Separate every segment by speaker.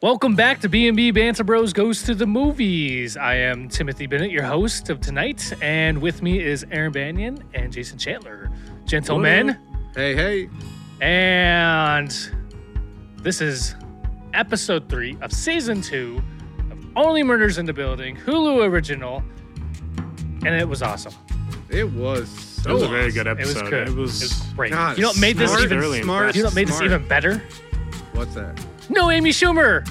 Speaker 1: Welcome back to B&B Banter Bros Goes to the Movies. I am Timothy Bennett, your host of tonight, and with me is Aaron Banyan and Jason Chandler. Gentlemen,
Speaker 2: Hey, hey.
Speaker 1: and this is episode 3 of season 2 of Only Murders in the Building, Hulu original, and it was awesome.
Speaker 2: It was so
Speaker 3: That was a very
Speaker 2: awesome.
Speaker 3: good
Speaker 1: Oh, It was
Speaker 3: episode.
Speaker 1: good.
Speaker 3: It was,
Speaker 1: great.
Speaker 2: God,
Speaker 1: you know what made this
Speaker 2: smart,
Speaker 1: even
Speaker 3: really
Speaker 2: smart,
Speaker 1: you know what made
Speaker 2: smart.
Speaker 1: this even better?
Speaker 2: What's that?
Speaker 1: No Amy Schumer.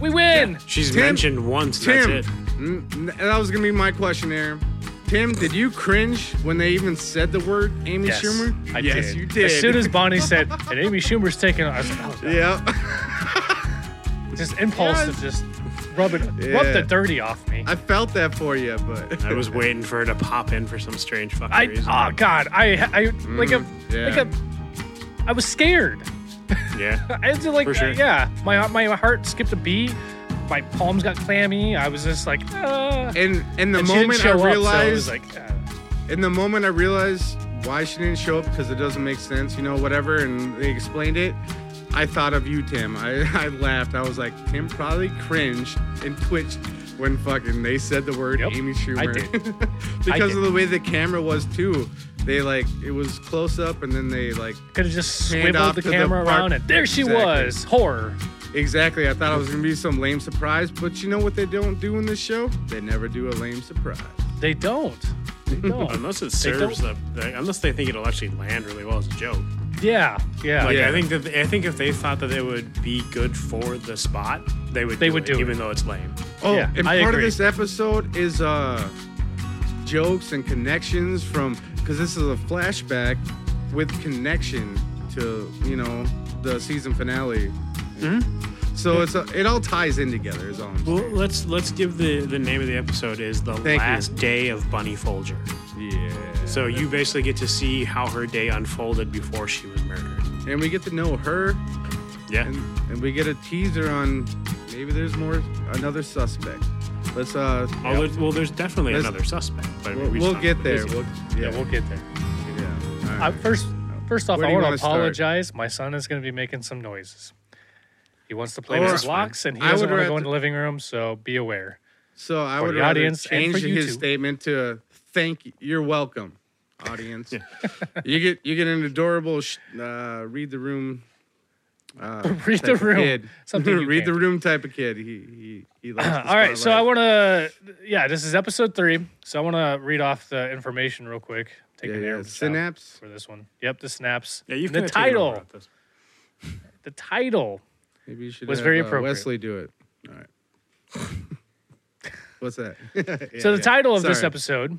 Speaker 1: We win.
Speaker 3: She's
Speaker 2: Tim-
Speaker 3: mentioned once.
Speaker 2: Tim.
Speaker 3: That's it.
Speaker 2: Mm, n- that was gonna be my question, Aaron. Tim, did you cringe when they even said the word Amy
Speaker 1: Yes,
Speaker 2: Schumer?
Speaker 1: I
Speaker 2: yes,
Speaker 1: did.
Speaker 2: you did.
Speaker 1: As soon as Bonnie said, and Amy Schumer's taking it, I was like, oh, God.
Speaker 2: yeah,
Speaker 1: just impulse to just rub it, rub
Speaker 2: Yeah.
Speaker 1: the dirty off me.
Speaker 2: I felt that for you, but
Speaker 3: I was waiting for her to pop in for some strange fucking
Speaker 1: I,
Speaker 3: reason.
Speaker 1: oh God, I, I like a,
Speaker 2: Mm, yeah.
Speaker 1: like a, I was scared.
Speaker 3: yeah.
Speaker 1: I had to like, uh,
Speaker 3: For sure.
Speaker 1: yeah, my my heart skipped a beat, my palms got clammy. I was just like, uh.
Speaker 2: and and the
Speaker 1: and she didn't
Speaker 2: moment I
Speaker 1: show up, so it was
Speaker 2: realized,
Speaker 1: like, uh,
Speaker 2: in the moment I realized why she didn't show up because it doesn't make sense, you know, whatever, and they explained it. I thought of you, Tim. I, I laughed. I was like, Tim probably cringed and twitched when fucking they said the word
Speaker 1: Yep,
Speaker 2: Amy Schumer.
Speaker 1: I did.
Speaker 2: because
Speaker 1: did.
Speaker 2: of the way the camera was too. They like it was close up and then they like
Speaker 1: could have just
Speaker 2: Hand
Speaker 1: swiveled
Speaker 2: off
Speaker 1: the
Speaker 2: to the
Speaker 1: camera
Speaker 2: park-
Speaker 1: around, and there she
Speaker 2: Exactly.
Speaker 1: was, horror.
Speaker 2: exactly I thought it was gonna be some lame surprise, but you know what they don't do in this show? They never do a lame surprise.
Speaker 1: They don't. They don't.
Speaker 3: Unless it
Speaker 1: They don't-
Speaker 3: serves the, the, unless they think it'll actually land really well as a joke.
Speaker 1: yeah, yeah.
Speaker 3: Like
Speaker 2: Yeah.
Speaker 3: I think that I think if they thought that it would be good for the spot, they would.
Speaker 1: They
Speaker 3: do
Speaker 1: would
Speaker 3: it,
Speaker 1: do it.
Speaker 3: even though it's lame.
Speaker 2: Oh,
Speaker 1: Yeah,
Speaker 2: and
Speaker 1: I
Speaker 2: part
Speaker 1: agree.
Speaker 2: of this episode is uh jokes and connections from because this is a flashback with connection to you know the season finale.
Speaker 1: Mm-hmm.
Speaker 2: So it's a, it all ties in together. Is all I'm
Speaker 3: Well,
Speaker 2: saying.
Speaker 3: let's let's give the the name of the episode is the
Speaker 2: Thank you.
Speaker 3: last day of Bunny Folger.
Speaker 2: Yeah.
Speaker 3: So you basically get to see how her day unfolded before she was murdered.
Speaker 2: and we get to know her,
Speaker 3: Yeah.
Speaker 2: and, and we get a teaser on maybe there's more another suspect. Let's uh.
Speaker 3: Oh, there- well, there's definitely
Speaker 2: There's-
Speaker 3: another suspect. But I mean,
Speaker 2: We'll,
Speaker 3: we
Speaker 2: we'll
Speaker 3: stopped
Speaker 2: get
Speaker 3: with
Speaker 2: there.
Speaker 3: Izzy.
Speaker 2: We'll,
Speaker 1: yeah,
Speaker 2: yeah,
Speaker 1: we'll get there.
Speaker 2: yeah. All
Speaker 1: I,
Speaker 2: right.
Speaker 1: first, first off,
Speaker 2: Where
Speaker 1: I
Speaker 2: do you
Speaker 1: want to
Speaker 2: wanna start?
Speaker 1: apologize. My son is going to be making some noises. He wants to play
Speaker 2: Or-
Speaker 1: with his locks, and he
Speaker 2: I
Speaker 1: doesn't want
Speaker 2: would
Speaker 1: to
Speaker 2: rather-
Speaker 1: go in the living room. So be aware.
Speaker 2: So I
Speaker 1: for
Speaker 2: would
Speaker 1: the
Speaker 2: rather
Speaker 1: audience and
Speaker 2: change
Speaker 1: for you
Speaker 2: his
Speaker 1: two.
Speaker 2: statement to a thank you. You're welcome, audience. you get you get an adorable sh- uh, read the room. Uh,
Speaker 1: Read the
Speaker 2: type of
Speaker 1: room.
Speaker 2: Kid.
Speaker 1: Something you
Speaker 2: read
Speaker 1: can't do.
Speaker 2: the room type of kid. He he he likes. the
Speaker 1: All right, so I
Speaker 2: spotlight.
Speaker 1: want to. Yeah, this is episode three. So I want to read off the information real quick. Take an
Speaker 2: yeah, yeah.
Speaker 1: air
Speaker 2: synapse.
Speaker 1: for this one. Yep, the snaps.
Speaker 3: Yeah, you've
Speaker 1: the
Speaker 3: kinda taken over
Speaker 1: title.
Speaker 3: with this.
Speaker 1: The title.
Speaker 2: Maybe you should
Speaker 1: was
Speaker 2: have,
Speaker 1: very
Speaker 2: uh,
Speaker 1: appropriate.
Speaker 2: Wesley do it. All right. What's that?
Speaker 1: so the title of this
Speaker 2: Sorry.
Speaker 1: episode,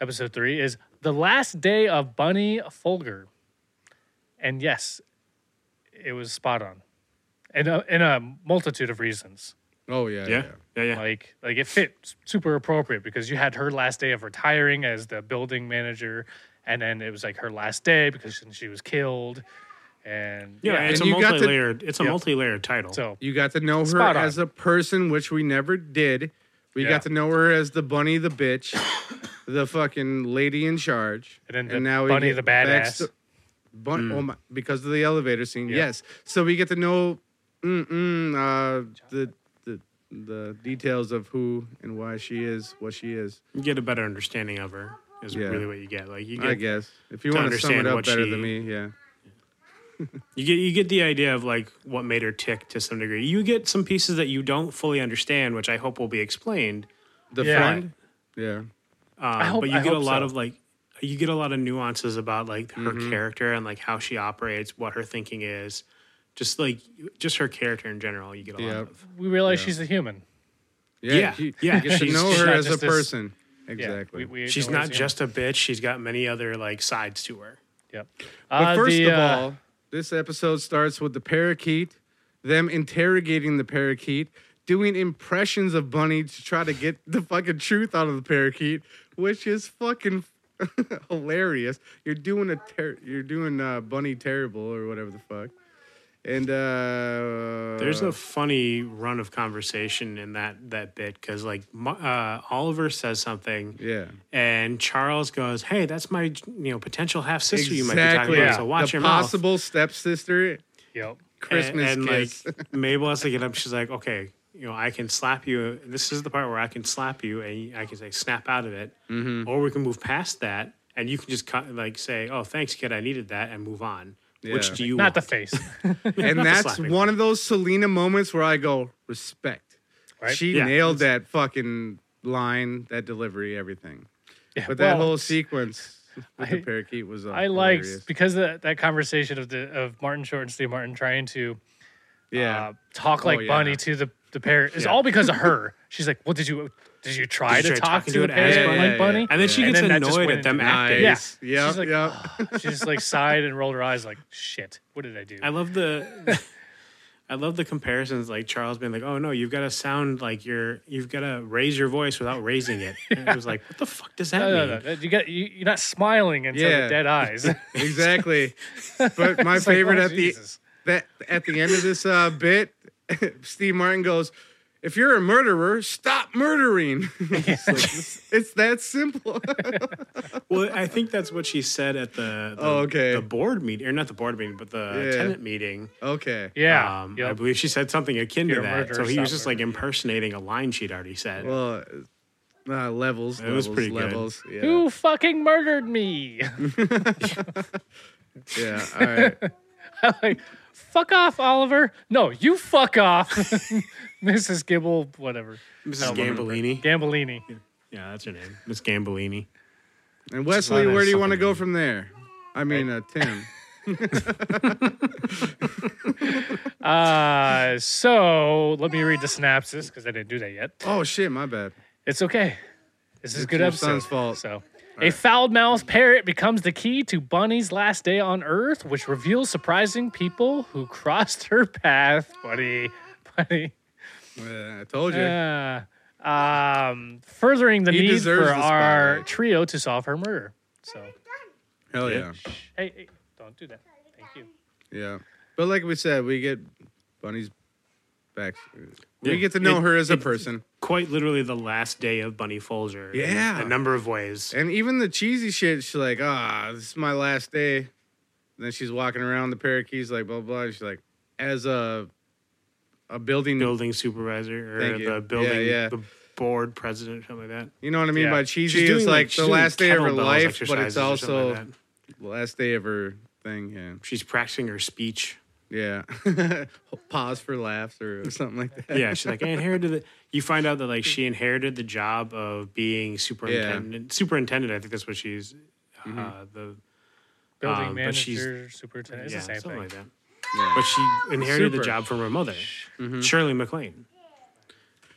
Speaker 1: episode three, is "The Last Day of Bunny Folger," and yes, it was spot on, in a, in a multitude of reasons.
Speaker 2: Oh yeah, yeah.
Speaker 3: Yeah. Yeah, yeah.
Speaker 1: Like like it fit s- super appropriate because you had her last day of retiring as the building manager, and then it was like her last day because then she was killed, and
Speaker 3: yeah,
Speaker 2: and
Speaker 3: it's a
Speaker 2: you got to-
Speaker 3: multi-layered. it's a
Speaker 2: Yeah.
Speaker 3: multi-layered title.
Speaker 1: so
Speaker 2: You got to know her
Speaker 1: Spot on.
Speaker 2: as a person, which we never did. We
Speaker 1: Yeah.
Speaker 2: got to know her as the bunny, the bitch, the fucking lady in charge,
Speaker 1: And then the bunny,
Speaker 2: get
Speaker 1: the
Speaker 2: backsto-
Speaker 1: badass.
Speaker 2: bun-
Speaker 1: Mm.
Speaker 2: oh my, because of the elevator scene,
Speaker 1: Yeah.
Speaker 2: yes. So we get to know mm-mm, uh, the the the details of who and why she is what she is.
Speaker 3: you get a better understanding of her. Is
Speaker 2: Yeah.
Speaker 3: really what you get. Like you
Speaker 2: I
Speaker 3: get,
Speaker 2: guess if you
Speaker 3: To
Speaker 2: want to sum it
Speaker 3: understand
Speaker 2: up
Speaker 3: what
Speaker 2: better
Speaker 3: she-
Speaker 2: than me, yeah.
Speaker 3: you get, you get the idea of like what made her tick to some degree. You get some pieces that you don't fully understand, which I hope will be explained.
Speaker 2: The
Speaker 1: Yeah.
Speaker 2: friend, yeah.
Speaker 3: Um,
Speaker 1: hope-
Speaker 3: but you
Speaker 1: I
Speaker 3: get a
Speaker 1: hope
Speaker 3: lot
Speaker 1: so.
Speaker 3: of like you get a lot of nuances about like her character and like how she operates, what her thinking is, just like just her character in general. You get a
Speaker 2: Yeah.
Speaker 3: lot of.
Speaker 1: we realize she's a human.
Speaker 2: Yeah,
Speaker 3: Yeah,
Speaker 2: you,
Speaker 3: yeah,
Speaker 2: you get to
Speaker 3: she's-
Speaker 2: know
Speaker 3: she's
Speaker 2: her
Speaker 1: not
Speaker 2: as a
Speaker 1: just this-
Speaker 2: person.
Speaker 1: Yeah,
Speaker 2: Exactly.
Speaker 1: we- we
Speaker 3: She's
Speaker 1: know her
Speaker 3: not
Speaker 1: as a human.
Speaker 3: just a bitch. She's got many other like sides to her.
Speaker 1: Yep.
Speaker 2: But
Speaker 1: Uh,
Speaker 2: first
Speaker 1: the,
Speaker 2: of
Speaker 1: uh,
Speaker 2: all, this episode starts with the parakeet, them interrogating the parakeet, doing impressions of Bunny to try to get the fucking truth out of the parakeet, which is fucking hilarious. You're doing a ter- you're doing uh, Bunny terrible or whatever the fuck. And uh
Speaker 3: There's a funny run of conversation in that that bit because like Mo- uh, Oliver says something,
Speaker 2: yeah.
Speaker 3: and Charles goes, "Hey, that's my you know potential half sister you might be talking
Speaker 2: Exactly.
Speaker 3: about.
Speaker 1: yeah.
Speaker 3: So watch
Speaker 2: the
Speaker 3: your
Speaker 2: possible stepsister.
Speaker 1: yep.
Speaker 2: Christmas
Speaker 3: and, and,
Speaker 2: kiss.
Speaker 3: like Mabel has to get up. She's like, okay, you know, I can slap you. This is the part where I can slap you, and I can say snap out of it,
Speaker 2: Mm-hmm.
Speaker 3: or we can move past that, and you can just cut, like say, oh, thanks, kid, I needed that, and move on. Which
Speaker 2: Yeah.
Speaker 3: do you
Speaker 1: Not the
Speaker 3: want?
Speaker 1: face.
Speaker 2: and
Speaker 3: Not the
Speaker 2: that's
Speaker 3: slapping.
Speaker 2: one of those Selena moments where I go respect.
Speaker 1: Right?
Speaker 2: She
Speaker 3: Yeah.
Speaker 2: nailed that fucking line, that delivery, everything.
Speaker 1: Yeah,
Speaker 2: But that
Speaker 1: well,
Speaker 2: whole sequence with
Speaker 1: I-
Speaker 2: the parakeet was uh,
Speaker 1: I liked
Speaker 2: hilarious.
Speaker 1: because of that, that conversation of the of Martin Short and Steve Martin trying to
Speaker 2: yeah.
Speaker 1: uh, talk
Speaker 2: Oh,
Speaker 1: like
Speaker 2: yeah.
Speaker 1: Bunny to the the pair is
Speaker 3: Yeah.
Speaker 1: all because of her. She's like, "Well, did you did you try
Speaker 3: Did
Speaker 1: to
Speaker 3: you try
Speaker 1: talk
Speaker 3: talking
Speaker 1: to
Speaker 3: to
Speaker 1: the
Speaker 3: it
Speaker 1: pair
Speaker 3: as
Speaker 1: like
Speaker 2: Bunny? Yeah, yeah,
Speaker 1: Bunny?"
Speaker 2: yeah.
Speaker 3: And then she
Speaker 1: And
Speaker 3: gets
Speaker 1: then that just
Speaker 3: annoyed
Speaker 1: went
Speaker 3: at them
Speaker 1: into-
Speaker 3: acting.
Speaker 1: Yeah.
Speaker 2: Nice. Yep,
Speaker 1: She's like, "Oh."
Speaker 2: yep.
Speaker 1: she just like sighed and rolled her eyes, like, "Shit, what did I do?" Uh,
Speaker 3: I love the I love the comparisons like Charles being like, "Oh no, you've got to sound like you're you've got to raise your voice without raising it." And it was like, "What the fuck does that
Speaker 1: no, no,
Speaker 3: mean?"
Speaker 1: no, that- You got you, you're not smiling until
Speaker 2: Yeah.
Speaker 1: the dead eyes.
Speaker 2: exactly. But my
Speaker 1: It's like,
Speaker 2: favorite
Speaker 1: oh,
Speaker 2: at
Speaker 1: Jesus.
Speaker 2: the that at the end of this uh, bit, Steve Martin goes, "If you're a murderer, stop murdering." it's, like, it's- it's that simple.
Speaker 3: Well, I think that's what she said at the, the
Speaker 2: Oh, okay.
Speaker 3: the board meeting or not the board meeting, but the
Speaker 2: Yeah.
Speaker 3: tenant meeting.
Speaker 2: okay.
Speaker 1: yeah,
Speaker 3: um, I
Speaker 1: yep.
Speaker 3: believe she said something akin
Speaker 1: You're
Speaker 3: to
Speaker 1: a
Speaker 3: that.
Speaker 1: murderer,
Speaker 3: So he
Speaker 1: stop
Speaker 3: was just like impersonating a line she'd already said.
Speaker 2: Well, uh, levels.
Speaker 3: It
Speaker 2: levels,
Speaker 3: was pretty good.
Speaker 2: levels. Yeah.
Speaker 1: who fucking murdered me?
Speaker 2: Yeah. All right.
Speaker 1: like, fuck off, Oliver. No, you fuck off, Mrs. Gibble, whatever
Speaker 3: Mrs.
Speaker 2: remember.
Speaker 3: Gambolini.
Speaker 1: Gambolini.
Speaker 3: Yeah, that's her name. Miss Gambolini.
Speaker 2: And Wesley,
Speaker 3: Lana
Speaker 2: where
Speaker 3: is
Speaker 2: do you want to
Speaker 3: something
Speaker 2: go
Speaker 3: new.
Speaker 2: from there? I mean, uh, Tim.
Speaker 1: Uh, so let me read the synopsis because I didn't do that yet.
Speaker 2: Oh shit, my bad.
Speaker 1: It's okay. This is a good
Speaker 2: your
Speaker 1: episode.
Speaker 2: son's fault.
Speaker 1: So, a foul-mouthed parrot becomes the key to Bunny's last day on Earth, which reveals surprising people who crossed her path. Bunny, Bunny.
Speaker 2: Uh, I told you.
Speaker 1: Uh, um, furthering the
Speaker 2: He
Speaker 1: need
Speaker 2: deserves
Speaker 1: for
Speaker 2: the
Speaker 1: our
Speaker 2: spotlight.
Speaker 1: trio to solve her murder. So,
Speaker 2: Hell yeah.
Speaker 1: hey, hey, don't do that. Thank you.
Speaker 2: Yeah. But like we said, we get Bunny's back. We
Speaker 3: Yeah.
Speaker 2: get to know
Speaker 3: It-
Speaker 2: her as a
Speaker 3: it-
Speaker 2: person.
Speaker 3: Quite literally the last day of Bunny Folger. in
Speaker 2: Yeah.
Speaker 3: A number of ways.
Speaker 2: And even the cheesy shit, she's like, ah, this is my last day. And then she's walking around the parakeets, like, blah, blah. And she's like, as a a building,
Speaker 3: building supervisor or
Speaker 2: Thank you.
Speaker 3: the building
Speaker 2: Yeah, yeah.
Speaker 3: the board president something like that.
Speaker 2: you know what I mean
Speaker 1: Yeah.
Speaker 2: by cheesy? It's like,
Speaker 3: she's
Speaker 2: the
Speaker 3: doing
Speaker 2: last day of her
Speaker 3: kettlebells
Speaker 2: life, but it's
Speaker 3: exercises or something
Speaker 2: also
Speaker 3: like that.
Speaker 2: the last day of her thing. Yeah.
Speaker 3: she's practicing her speech.
Speaker 2: Yeah. Pause for laughs or something like that.
Speaker 3: Yeah, she's like I inherited. The, you find out that like she inherited the job of being superintendent. Superintendent, I think that's what she's
Speaker 2: Mm-hmm.
Speaker 3: uh, the
Speaker 1: Building
Speaker 3: Um, but she's-
Speaker 1: manager, superintendent, it's
Speaker 3: yeah,
Speaker 1: the same
Speaker 3: something
Speaker 1: thing.
Speaker 3: like that.
Speaker 2: Yeah.
Speaker 3: But she inherited
Speaker 2: Super. Mm-hmm.
Speaker 3: the job from her mother, Mm-hmm. Shirley MacLaine.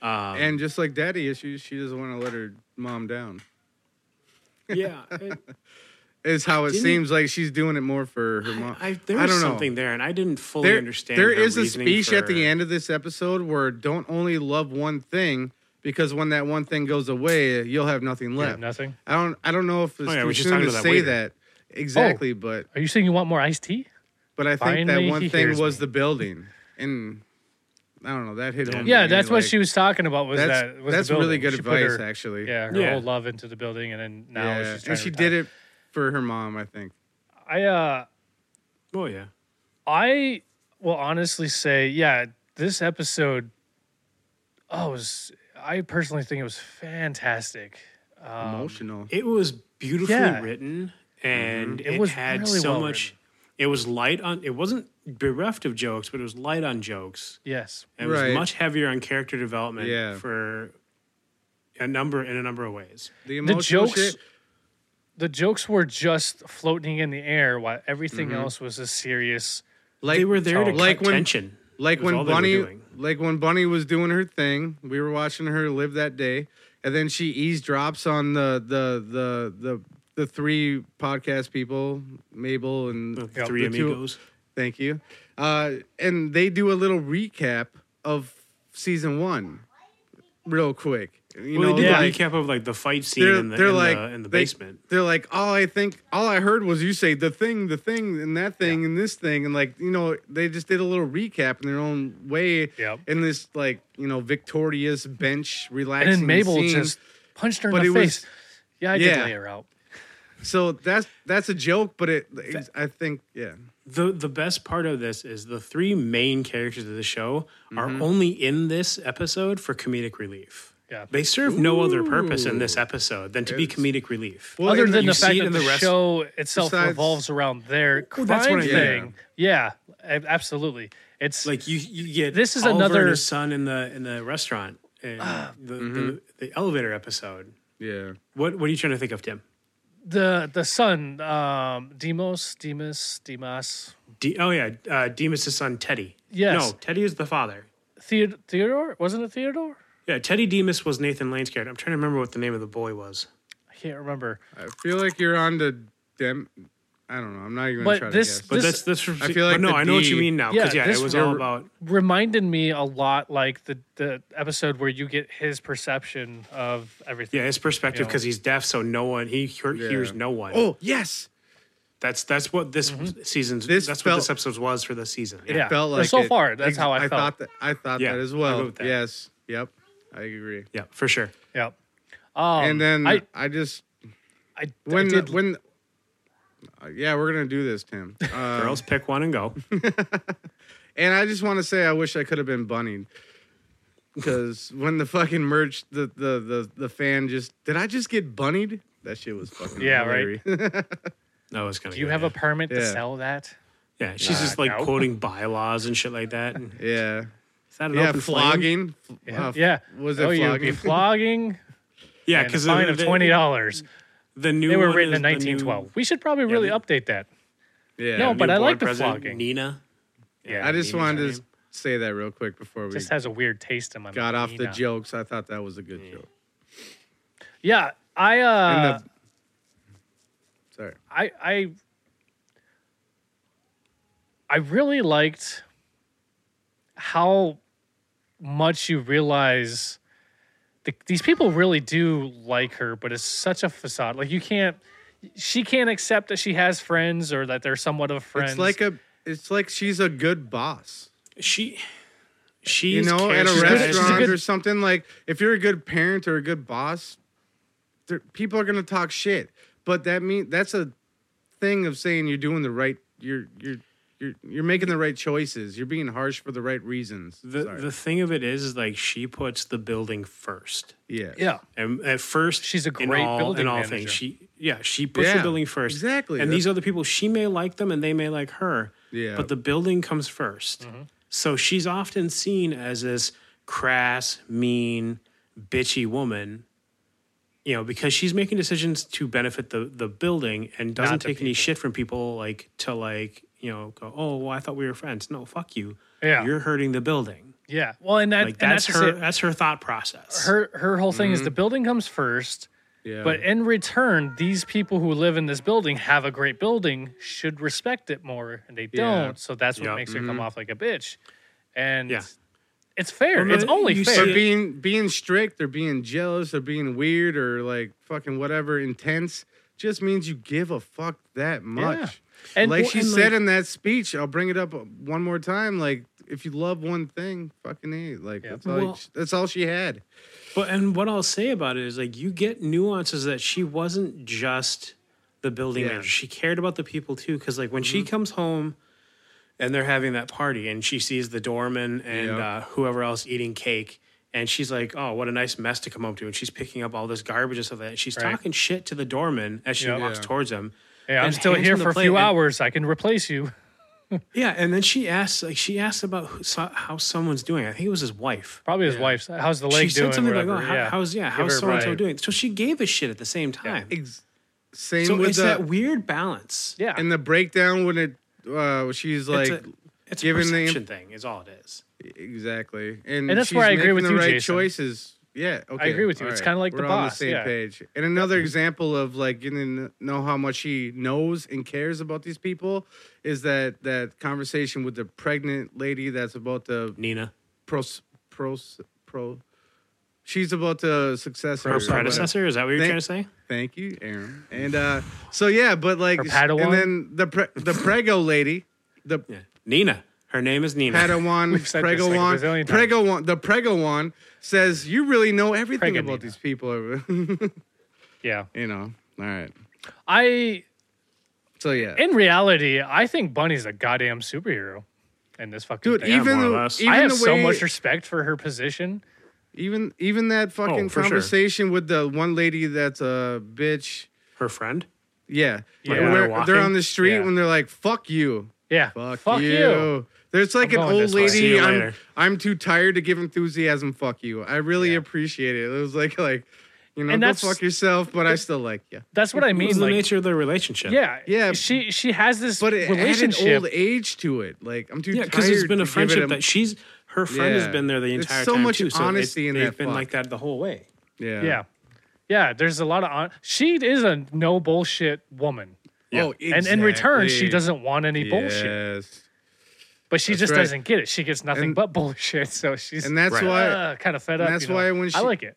Speaker 3: um,
Speaker 2: and just like daddy issues, she doesn't want to let her mom down.
Speaker 3: Yeah, it-
Speaker 2: Is how it
Speaker 3: Didn't-
Speaker 2: seems like she's doing it more for her mom.
Speaker 3: I, there
Speaker 2: I
Speaker 3: was
Speaker 2: don't know.
Speaker 3: something there, and I didn't fully
Speaker 2: There,
Speaker 3: understand.
Speaker 2: there
Speaker 3: her
Speaker 2: is a
Speaker 3: reasoning
Speaker 2: speech at
Speaker 3: for-
Speaker 2: the end of this episode where don't only love one thing because when that one thing goes away, you'll have nothing left.
Speaker 1: Nothing.
Speaker 2: I don't. I don't know if it's
Speaker 3: Oh, yeah,
Speaker 2: too
Speaker 3: we should
Speaker 2: soon
Speaker 3: talk
Speaker 2: to
Speaker 3: about that
Speaker 2: say
Speaker 3: later.
Speaker 2: that exactly, but
Speaker 1: Are you saying you want more iced tea?
Speaker 2: but I think that
Speaker 1: Finally,
Speaker 2: one
Speaker 1: he
Speaker 2: thing
Speaker 1: hears
Speaker 2: was
Speaker 1: me.
Speaker 2: the building, and I don't know that hit home. to
Speaker 1: Yeah,
Speaker 2: me,
Speaker 1: that's what
Speaker 2: like,
Speaker 1: she was talking about. Was
Speaker 2: That's
Speaker 1: that was the
Speaker 2: that's really
Speaker 1: building.
Speaker 2: good
Speaker 1: She put
Speaker 2: advice,
Speaker 1: her-
Speaker 2: actually.
Speaker 1: Yeah, her
Speaker 3: Yeah.
Speaker 1: whole love into the building, and then now
Speaker 2: Yeah,
Speaker 1: she's trying
Speaker 2: and
Speaker 1: to
Speaker 2: she
Speaker 1: retire.
Speaker 2: did it for her mom, I think.
Speaker 1: I uh,
Speaker 3: Oh yeah,
Speaker 1: I will honestly say, yeah, this episode, oh, it was I personally think it was fantastic. Um,
Speaker 2: Emotional.
Speaker 3: It was beautifully
Speaker 1: Yeah.
Speaker 3: written,
Speaker 2: Mm-hmm.
Speaker 3: and
Speaker 1: It
Speaker 3: it,
Speaker 1: was
Speaker 3: had
Speaker 1: really
Speaker 3: so
Speaker 1: well
Speaker 3: much. It was light on. It wasn't bereft of jokes, but it was light on jokes.
Speaker 1: yes,
Speaker 3: And It
Speaker 2: Right.
Speaker 3: was much heavier on character development
Speaker 2: Yeah.
Speaker 3: for a number in a number of ways.
Speaker 2: The
Speaker 1: the
Speaker 2: emotional
Speaker 1: jokes,
Speaker 2: shit.
Speaker 1: the jokes were just floating in the air, while everything
Speaker 2: Mm-hmm.
Speaker 1: else was a serious.
Speaker 2: Like
Speaker 3: They were there to
Speaker 1: Oh.
Speaker 2: Like
Speaker 3: cut
Speaker 2: when-
Speaker 3: tension.
Speaker 2: like
Speaker 3: It was
Speaker 2: when
Speaker 3: all they were
Speaker 2: Bunny
Speaker 3: doing.
Speaker 2: like when Bunny was doing her thing. We were watching her live that day, and then she eavesdrops on the the the the the three podcast people, Mabel and
Speaker 1: Oh,
Speaker 3: The three
Speaker 2: the two-
Speaker 3: amigos.
Speaker 2: Thank you. Uh, and they do a little recap of season one, real quick. You
Speaker 3: well,
Speaker 2: know,
Speaker 3: they did
Speaker 2: like-
Speaker 3: a recap of like the fight scene
Speaker 2: they're,
Speaker 3: in the,
Speaker 2: they're
Speaker 3: in
Speaker 2: like
Speaker 3: the, in the
Speaker 2: they-
Speaker 3: basement.
Speaker 2: They're like, all I think, all I heard was you say the thing, the thing, and that thing, and this thing, and like you know, they just did a little recap in their own way.
Speaker 1: Yep.
Speaker 2: In this like you know victorious bench relaxing.
Speaker 1: And then Mabel
Speaker 2: scene.
Speaker 1: just punched her
Speaker 2: But
Speaker 1: in
Speaker 2: it
Speaker 1: the
Speaker 2: was-
Speaker 1: face. yeah, I did
Speaker 2: yeah.
Speaker 1: lay her out.
Speaker 2: So that's that's a joke, but it it's- I think yeah.
Speaker 3: the the best part of this is the three main characters of the show are
Speaker 1: Mm-hmm.
Speaker 3: only in this episode for comedic relief.
Speaker 1: Yeah.
Speaker 3: They serve no other purpose in this episode than to be comedic relief.
Speaker 2: Well,
Speaker 1: Other
Speaker 2: and
Speaker 1: than
Speaker 3: you
Speaker 1: the
Speaker 3: see
Speaker 1: fact
Speaker 3: it
Speaker 1: that
Speaker 3: in
Speaker 1: the,
Speaker 3: the rest-
Speaker 1: show itself
Speaker 2: Besides-
Speaker 1: revolves around their crime
Speaker 3: Well, that's what I mean.
Speaker 1: thing. Yeah, a- absolutely. It's
Speaker 3: Like you, you get
Speaker 1: This is
Speaker 3: Oliver
Speaker 1: another- Ah.
Speaker 3: and his son in the in the restaurant in the,
Speaker 1: Mm-hmm.
Speaker 3: the the elevator episode.
Speaker 2: yeah.
Speaker 3: What what are you trying to think of, Tim?
Speaker 1: the the son, um, Demos, Demas, Demas,
Speaker 3: D- oh yeah, uh, Demas' son Teddy.
Speaker 1: Yes.
Speaker 3: No, Teddy is the father.
Speaker 1: Theod- Theodore. Wasn't it Theodore?
Speaker 3: Yeah, Teddy Demas was Nathan Lane's character. I'm trying to remember what the name of the boy was.
Speaker 1: I can't remember.
Speaker 2: I feel like you're on to dem. I don't know. I'm not even.
Speaker 1: But
Speaker 2: gonna try
Speaker 1: this-
Speaker 2: to guess.
Speaker 3: But
Speaker 1: This-
Speaker 3: that's that's.
Speaker 2: I feel like
Speaker 3: but no,
Speaker 2: the
Speaker 3: I know what you
Speaker 2: D-
Speaker 3: mean now.
Speaker 1: Yeah,
Speaker 3: Because yeah,
Speaker 1: this
Speaker 3: it was
Speaker 1: were-
Speaker 3: all about
Speaker 1: Reminded me a lot like the the episode where you get his perception of everything.
Speaker 3: Yeah, his perspective
Speaker 1: know.
Speaker 3: because he's deaf, so no one he hear,
Speaker 2: Yeah.
Speaker 3: hears no one.
Speaker 2: oh yes,
Speaker 3: that's that's what this season's
Speaker 2: This
Speaker 3: that's
Speaker 2: felt-
Speaker 3: what this episode was for the season.
Speaker 1: Mm-hmm. Yeah.
Speaker 2: felt
Speaker 1: Well,
Speaker 2: like
Speaker 1: so
Speaker 2: it.
Speaker 1: far, that's how I felt.
Speaker 2: thought that. I thought
Speaker 3: Yeah,
Speaker 2: that as
Speaker 3: I
Speaker 2: well.
Speaker 3: wrote that.
Speaker 2: Yes. Yep. I agree.
Speaker 3: yeah, for sure.
Speaker 1: yeah. Um,
Speaker 2: and then
Speaker 1: I
Speaker 2: I, just
Speaker 1: I,
Speaker 2: when
Speaker 1: I
Speaker 2: the-
Speaker 1: did
Speaker 2: when. Uh, yeah, we're gonna do this, Tim. Uh,
Speaker 3: Girls pick one and go.
Speaker 2: And I just want to say I wish I could have been bunnied. Because when the fucking merch, the, the the the fan just did I just get bunnied? That shit was fucking
Speaker 1: Yeah, right.
Speaker 2: hilarious.
Speaker 3: No, it's gonna.
Speaker 1: Do you have a permit to
Speaker 2: Yeah.
Speaker 1: sell that?
Speaker 3: Yeah, she's just
Speaker 1: Nah,
Speaker 3: like
Speaker 1: no.
Speaker 3: quoting bylaws and shit like that. Is
Speaker 2: yeah,
Speaker 3: that an
Speaker 2: yeah,
Speaker 3: open flame?
Speaker 2: flogging. F-
Speaker 1: Yeah.
Speaker 2: uh,
Speaker 1: yeah.
Speaker 2: was it
Speaker 1: oh, you'd
Speaker 2: flogging?
Speaker 1: be flogging
Speaker 3: Yeah,
Speaker 1: and a
Speaker 3: because
Speaker 1: fine of twenty dollars.
Speaker 3: The new
Speaker 1: They were
Speaker 3: one
Speaker 1: written
Speaker 3: is
Speaker 1: in
Speaker 3: the new-
Speaker 1: 1912. We should probably really
Speaker 3: they-
Speaker 1: update that.
Speaker 2: yeah.
Speaker 1: No, but I
Speaker 3: newborn
Speaker 1: like the
Speaker 3: president,
Speaker 1: flogging.
Speaker 3: Nina.
Speaker 1: Yeah,
Speaker 2: I just
Speaker 3: Nina's her
Speaker 2: wanted
Speaker 3: name.
Speaker 2: to say that real quick before we
Speaker 1: Just has a weird taste in my
Speaker 2: got off the
Speaker 1: mouth.
Speaker 2: jokes. I thought that was a good joke.
Speaker 1: Yeah, I
Speaker 2: And
Speaker 1: uh,
Speaker 2: the, sorry.
Speaker 1: I I I really liked how much you realize the, these people really do like her, but it's such a facade. Like you can't, she can't accept that she has friends or that they're somewhat of friends.
Speaker 2: It's like a. It's like she's a good boss.
Speaker 3: She. She's
Speaker 2: you know, at a
Speaker 1: good- she's a
Speaker 2: restaurant
Speaker 1: good-
Speaker 2: or something. Like, if you're a good parent or a good boss, there- people are gonna talk shit. But that mean that's a thing of saying you're doing the right. You're you're you're you're making the right choices. You're being harsh for the right reasons.
Speaker 3: The,
Speaker 2: Sorry.
Speaker 3: the thing of it is, is like she puts the building first.
Speaker 2: yeah.
Speaker 1: yeah,
Speaker 3: And at first,
Speaker 1: She's a
Speaker 3: in
Speaker 1: great
Speaker 3: all,
Speaker 1: building
Speaker 3: in all
Speaker 1: manager.
Speaker 3: things. She, yeah, she puts
Speaker 2: Yeah,
Speaker 3: the building first.
Speaker 2: exactly.
Speaker 3: And
Speaker 2: That's-
Speaker 3: these other people, she may like them and they may like her.
Speaker 2: Yeah.
Speaker 3: But the building comes 1st
Speaker 1: Mm-hmm.
Speaker 3: So she's often seen as this crass, mean, bitchy woman. You know, because she's making decisions to benefit the the building and doesn't
Speaker 1: the
Speaker 3: take any
Speaker 1: people.
Speaker 3: shit from people. Like to like, you know, go. Oh, well, I thought we were friends. No, fuck you.
Speaker 1: Yeah.
Speaker 3: You're hurting the building.
Speaker 1: yeah. Well, and, that,
Speaker 3: Like
Speaker 1: and
Speaker 3: that's,
Speaker 1: that's
Speaker 3: her.
Speaker 1: her.
Speaker 3: That's her thought process.
Speaker 1: Her her whole thing is the building comes first.
Speaker 2: Yeah.
Speaker 1: But in return, these people who live in this building have a great building, should respect it more, and they
Speaker 2: Yeah. Mm-hmm.
Speaker 1: don't. So that's what
Speaker 3: Yeah.
Speaker 1: makes her come off like a bitch. And
Speaker 3: Yeah.
Speaker 1: it's fair.
Speaker 3: Well,
Speaker 1: it's
Speaker 3: no,
Speaker 1: only
Speaker 3: you
Speaker 1: fair.
Speaker 2: But
Speaker 3: see-
Speaker 2: being being strict or being jealous or being weird or like fucking whatever intense just means you give a fuck that much.
Speaker 1: And-
Speaker 2: like
Speaker 1: well,
Speaker 2: she
Speaker 1: and,
Speaker 2: said
Speaker 1: like-
Speaker 2: in that speech, I'll bring it up uh, one more time. Like if you love one thing, fucking eat. Like that's all.
Speaker 3: Well-
Speaker 2: that's all she had.
Speaker 3: But and what I'll say about it is like you get nuances that she wasn't just the building
Speaker 2: Yeah.
Speaker 3: manager. She cared about the people too. Cause like when
Speaker 1: Mm-hmm.
Speaker 3: she comes home and they're having that party and she sees the doorman and
Speaker 2: Yeah.
Speaker 3: uh, whoever else eating cake and she's like, Oh, what a nice mess to come home to. And she's picking up all this garbage and stuff like that. She's
Speaker 1: Right.
Speaker 3: talking shit to the doorman as she
Speaker 1: Yeah.
Speaker 3: walks
Speaker 2: Yeah.
Speaker 3: towards him.
Speaker 1: Hey, I'm
Speaker 3: and
Speaker 1: still
Speaker 3: hands
Speaker 1: here
Speaker 3: him the
Speaker 1: for a
Speaker 3: plate
Speaker 1: few
Speaker 3: and-
Speaker 1: hours. I can replace you.
Speaker 3: Yeah, and then she asks, like, she asks about who, so- how someone's doing. I think it was his wife.
Speaker 1: Probably his wife's. How's the leg
Speaker 3: She said
Speaker 1: doing?
Speaker 3: something
Speaker 1: whatever.
Speaker 3: like, "Oh, how,
Speaker 1: yeah.
Speaker 3: how's yeah,
Speaker 1: Give
Speaker 3: how's
Speaker 1: her a
Speaker 3: so and so
Speaker 1: break.
Speaker 3: doing?" So she gave a shit at the same time.
Speaker 2: Ex- same
Speaker 3: So
Speaker 2: with
Speaker 3: it's
Speaker 2: the,
Speaker 3: that weird balance.
Speaker 1: Yeah.
Speaker 2: in the breakdown when it uh, she's
Speaker 3: It's
Speaker 2: like
Speaker 3: a, it's
Speaker 2: given
Speaker 3: a
Speaker 2: the-
Speaker 3: perception thing is all it is.
Speaker 2: exactly, and,
Speaker 1: And that's
Speaker 2: she's
Speaker 1: where I agree
Speaker 2: making
Speaker 1: with
Speaker 2: the
Speaker 1: you,
Speaker 2: right
Speaker 1: Jason.
Speaker 2: choices. Yeah, okay.
Speaker 1: agree with you.
Speaker 2: all
Speaker 1: It's kinda like The
Speaker 2: We're on
Speaker 1: Boss,
Speaker 2: the same
Speaker 1: yeah.
Speaker 2: page. And another example of like getting to know how much she knows and cares about these people is that that conversation with the pregnant lady that's about to
Speaker 3: Nina,
Speaker 2: pros pros pro. She's about to success
Speaker 3: her predecessor, is that what you're
Speaker 2: Thank-
Speaker 3: trying to say?
Speaker 2: Thank you, Aaron. And uh, so yeah, but like,
Speaker 1: Her
Speaker 2: and
Speaker 1: Padawan?
Speaker 2: then the pre- the prego lady, the
Speaker 3: Yeah, Nina. Her name is Nina.
Speaker 2: Padawan,
Speaker 1: We've said this, like, a
Speaker 2: Pregowan,
Speaker 1: bazillion times.
Speaker 2: Pregowan, the Pregowan says, "You really know everything
Speaker 1: Pregonina.
Speaker 2: about these people." you
Speaker 1: yeah.
Speaker 2: know, all right.
Speaker 1: I
Speaker 2: So yeah,
Speaker 1: in reality, I think Bunny's a goddamn superhero in this fucking
Speaker 2: dude.
Speaker 1: thing.
Speaker 3: Yeah,
Speaker 2: even
Speaker 3: more or
Speaker 2: the,
Speaker 3: less. I
Speaker 2: even
Speaker 1: I have
Speaker 2: the way
Speaker 1: so much respect for her position.
Speaker 2: even even that
Speaker 1: Oh,
Speaker 2: fucking
Speaker 3: for sure.
Speaker 2: conversation with the one lady that's a bitch.
Speaker 3: Her friend.
Speaker 2: Yeah,
Speaker 1: Yeah.
Speaker 2: Where
Speaker 3: They're
Speaker 2: they're,
Speaker 3: walking?
Speaker 2: on the street
Speaker 1: Yeah.
Speaker 2: when they're like, "Fuck you."
Speaker 1: Yeah.
Speaker 2: Fuck,
Speaker 1: Fuck, you.
Speaker 2: There's like
Speaker 1: I'm
Speaker 2: an
Speaker 1: going
Speaker 2: old
Speaker 1: this way.
Speaker 2: lady.
Speaker 3: See you
Speaker 2: I'm,
Speaker 3: later.
Speaker 2: I'm too tired to give enthusiasm. Fuck you. I really
Speaker 1: Yeah.
Speaker 2: appreciate it. It was like like, you know,
Speaker 1: And
Speaker 2: go
Speaker 1: that's-
Speaker 2: fuck yourself, but I still like you.
Speaker 1: That's what I
Speaker 3: It
Speaker 1: mean.
Speaker 3: was the
Speaker 1: Like,
Speaker 3: nature of their relationship.
Speaker 1: yeah,
Speaker 2: Yeah.
Speaker 1: She she has this
Speaker 2: But it added
Speaker 1: relationship.
Speaker 2: old age to it. Like I'm too
Speaker 3: Yeah,
Speaker 2: tired.
Speaker 3: because there's been
Speaker 2: to
Speaker 3: a
Speaker 2: give it
Speaker 3: friendship that she's her friend
Speaker 2: Yeah.
Speaker 3: has been there the
Speaker 2: There's
Speaker 3: entire
Speaker 2: so
Speaker 3: time
Speaker 2: much
Speaker 3: too. So
Speaker 2: honesty in
Speaker 3: it's, they've
Speaker 2: that
Speaker 3: been
Speaker 2: fuck.
Speaker 3: like that the whole way.
Speaker 2: yeah.
Speaker 1: yeah, yeah. There's a lot of on- she is a no bullshit woman,
Speaker 3: Yeah.
Speaker 2: Oh, exactly.
Speaker 1: and in return, she doesn't want any bullshit.
Speaker 2: Yes.
Speaker 1: But she
Speaker 2: That's
Speaker 1: just
Speaker 2: right.
Speaker 1: doesn't get it. She gets nothing
Speaker 2: And-
Speaker 1: but bullshit. So she's
Speaker 2: And that's
Speaker 3: Right.
Speaker 2: why.
Speaker 1: kind of fed
Speaker 2: and
Speaker 1: up.
Speaker 2: that's
Speaker 1: you know?
Speaker 2: why when she-
Speaker 1: I like it.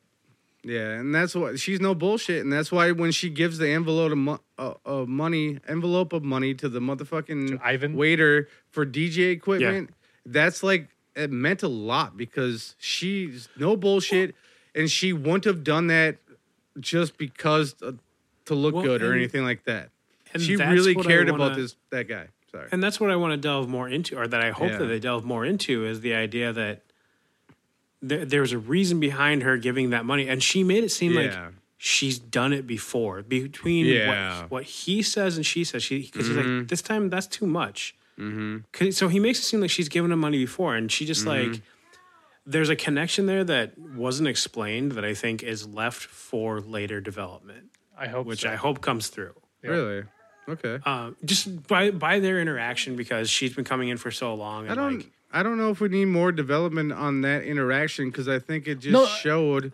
Speaker 2: Yeah, and that's why she's no bullshit, and that's why when she gives the envelope of, mo- uh, of money, envelope of money to the motherfucking
Speaker 1: To Ivan?
Speaker 2: waiter for DJ equipment, that's like it meant a lot because she's no bullshit, and she wouldn't have done that just because uh, to look
Speaker 3: Well,
Speaker 2: good or
Speaker 3: and-
Speaker 2: anything like that.
Speaker 3: and
Speaker 2: She
Speaker 3: that's
Speaker 2: really
Speaker 3: what I
Speaker 2: cared about
Speaker 3: wanna-
Speaker 2: this that guy. Sorry.
Speaker 3: And that's what I want to delve more into, or that I hope
Speaker 2: Yeah.
Speaker 3: that they delve more into, is the idea that th- there was a reason behind her giving that money, and she made it seem
Speaker 2: Yeah.
Speaker 3: like she's done it before. Between
Speaker 2: Yeah. Mm-hmm.
Speaker 3: what, what he says and she says, she because he's like, this time that's too much. Mm-hmm. So he makes it seem like she's given him money before, and she just
Speaker 2: Mm-hmm.
Speaker 3: like there's a connection there that wasn't explained that I think is left for later development,
Speaker 1: I hope.
Speaker 3: which
Speaker 1: so.
Speaker 3: I hope comes through
Speaker 2: Really? Okay.
Speaker 3: um, just by by their interaction because she's been coming in for so long. And
Speaker 2: I don't.
Speaker 3: Like,
Speaker 2: I don't know if we need more development on that interaction because I think it just
Speaker 1: No,
Speaker 2: showed.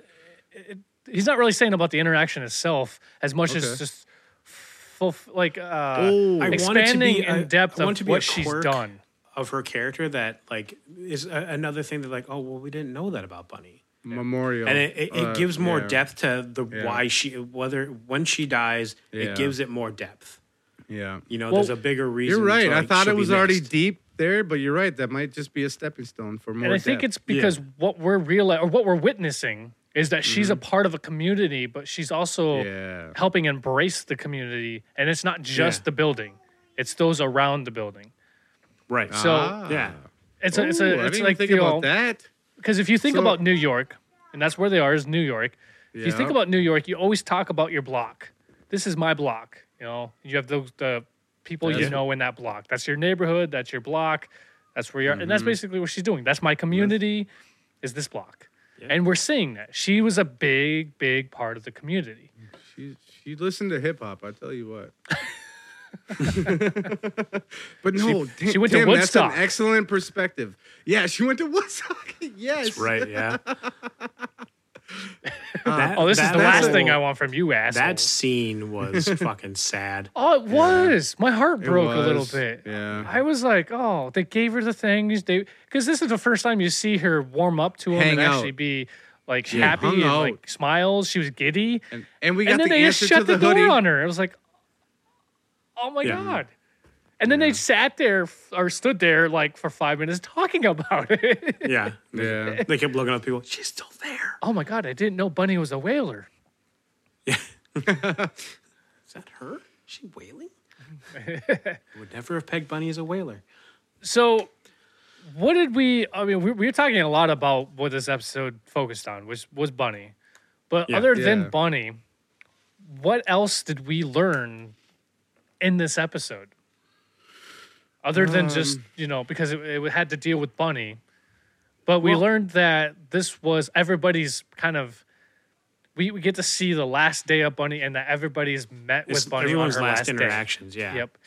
Speaker 1: he's not really saying about the interaction itself as much
Speaker 2: Okay.
Speaker 1: as just full like uh,
Speaker 2: Oh. I want
Speaker 3: it to
Speaker 1: expanding
Speaker 3: be a-
Speaker 1: in depth
Speaker 3: I want
Speaker 1: of
Speaker 3: it to be a
Speaker 1: what she's
Speaker 3: quirk.
Speaker 1: done.
Speaker 3: of her character that like is a, another thing that like oh well we didn't know that about Bunny
Speaker 2: Memorial.
Speaker 3: and it, it, it
Speaker 2: Uh,
Speaker 3: gives more
Speaker 2: yeah.
Speaker 3: depth to the
Speaker 2: Yeah.
Speaker 3: why she whether when she dies
Speaker 2: Yeah.
Speaker 3: it gives it more depth.
Speaker 2: Yeah.
Speaker 3: You know,
Speaker 1: Well,
Speaker 3: there's a bigger reason.
Speaker 2: You're right.
Speaker 3: to,
Speaker 2: I
Speaker 3: like,
Speaker 2: thought
Speaker 3: she'll
Speaker 2: it
Speaker 3: be
Speaker 2: was already
Speaker 3: next.
Speaker 2: deep there, but you're right. That might just be a stepping stone for more.
Speaker 1: and I think
Speaker 2: depth.
Speaker 1: it's because what we're real or what we're witnessing is that she's a part of a community, but she's also
Speaker 2: Mm-hmm. Yeah.
Speaker 1: helping embrace the community, and it's not just
Speaker 3: Yeah.
Speaker 1: the building; it's those around the building.
Speaker 3: right.
Speaker 2: Ah.
Speaker 1: So
Speaker 3: yeah,
Speaker 1: it's a, it's a,
Speaker 2: Ooh,
Speaker 1: it's
Speaker 2: I didn't
Speaker 1: like
Speaker 2: think
Speaker 1: the
Speaker 2: about
Speaker 1: old-
Speaker 2: that.
Speaker 1: Because if you think
Speaker 2: So-
Speaker 1: about New York, and that's where they are, is New York. If you
Speaker 2: Yeah.
Speaker 1: think about New York, you always talk about your block. This is my block. You know, you have those the people you
Speaker 2: That's-
Speaker 1: know in that block. That's your neighborhood. That's your block. That's where you are, and
Speaker 2: Mm-hmm.
Speaker 1: that's basically what she's doing. That's my community. Is this block? And we're seeing that she was a big, big part of the community.
Speaker 2: She she listened to hip hop. I tell you what. but no,
Speaker 1: she went to
Speaker 2: Tim,
Speaker 1: Woodstock.
Speaker 2: That's an excellent perspective. Yeah, she went to Woodstock. yes.
Speaker 3: right. Yeah.
Speaker 1: Oh, this is
Speaker 3: is
Speaker 1: the last
Speaker 2: whole-
Speaker 1: thing I want from you, asshole.
Speaker 3: That scene was fucking sad.
Speaker 1: Oh, it was. My heart
Speaker 2: It
Speaker 1: broke a little
Speaker 2: was,
Speaker 1: bit.
Speaker 2: Yeah.
Speaker 1: I was like, oh, they gave her the things they because this is the first time you see her warm up to him
Speaker 2: Hang
Speaker 1: and
Speaker 2: out.
Speaker 1: actually be like
Speaker 2: She
Speaker 1: happy
Speaker 2: hung
Speaker 1: and like
Speaker 2: out.
Speaker 1: smiles. She was giddy,
Speaker 2: and, and we got
Speaker 1: and then
Speaker 2: the
Speaker 1: they just
Speaker 2: answer to
Speaker 1: shut
Speaker 2: the,
Speaker 1: the, door
Speaker 2: hoodie.
Speaker 1: on her. I was like, oh my
Speaker 3: Yeah.
Speaker 1: god. And then they sat there f- or stood there like for five minutes talking about it.
Speaker 3: Yeah.
Speaker 2: Yeah.
Speaker 3: They kept looking at people. She's still there.
Speaker 1: oh my god, I didn't know Bunny was a whaler.
Speaker 3: Is that her? Is she whaling? I would never have pegged Bunny as a whaler.
Speaker 1: So, what did we? I mean, we, we were talking a lot about what this episode focused on, which was Bunny. But
Speaker 3: Yeah.
Speaker 1: other
Speaker 2: Yeah.
Speaker 1: than Bunny, what else did we learn in this episode? Other than just
Speaker 3: Um.
Speaker 1: you know, because it, it had to deal with Bunny, but we
Speaker 3: Well-
Speaker 1: learned that this was everybody's kind of. We, we get to see the last day of Bunny and that everybody's met
Speaker 3: It's
Speaker 1: with Bunny. on
Speaker 3: everyone's
Speaker 1: her
Speaker 3: last,
Speaker 1: last day.
Speaker 3: interactions. Yeah.
Speaker 1: Yep,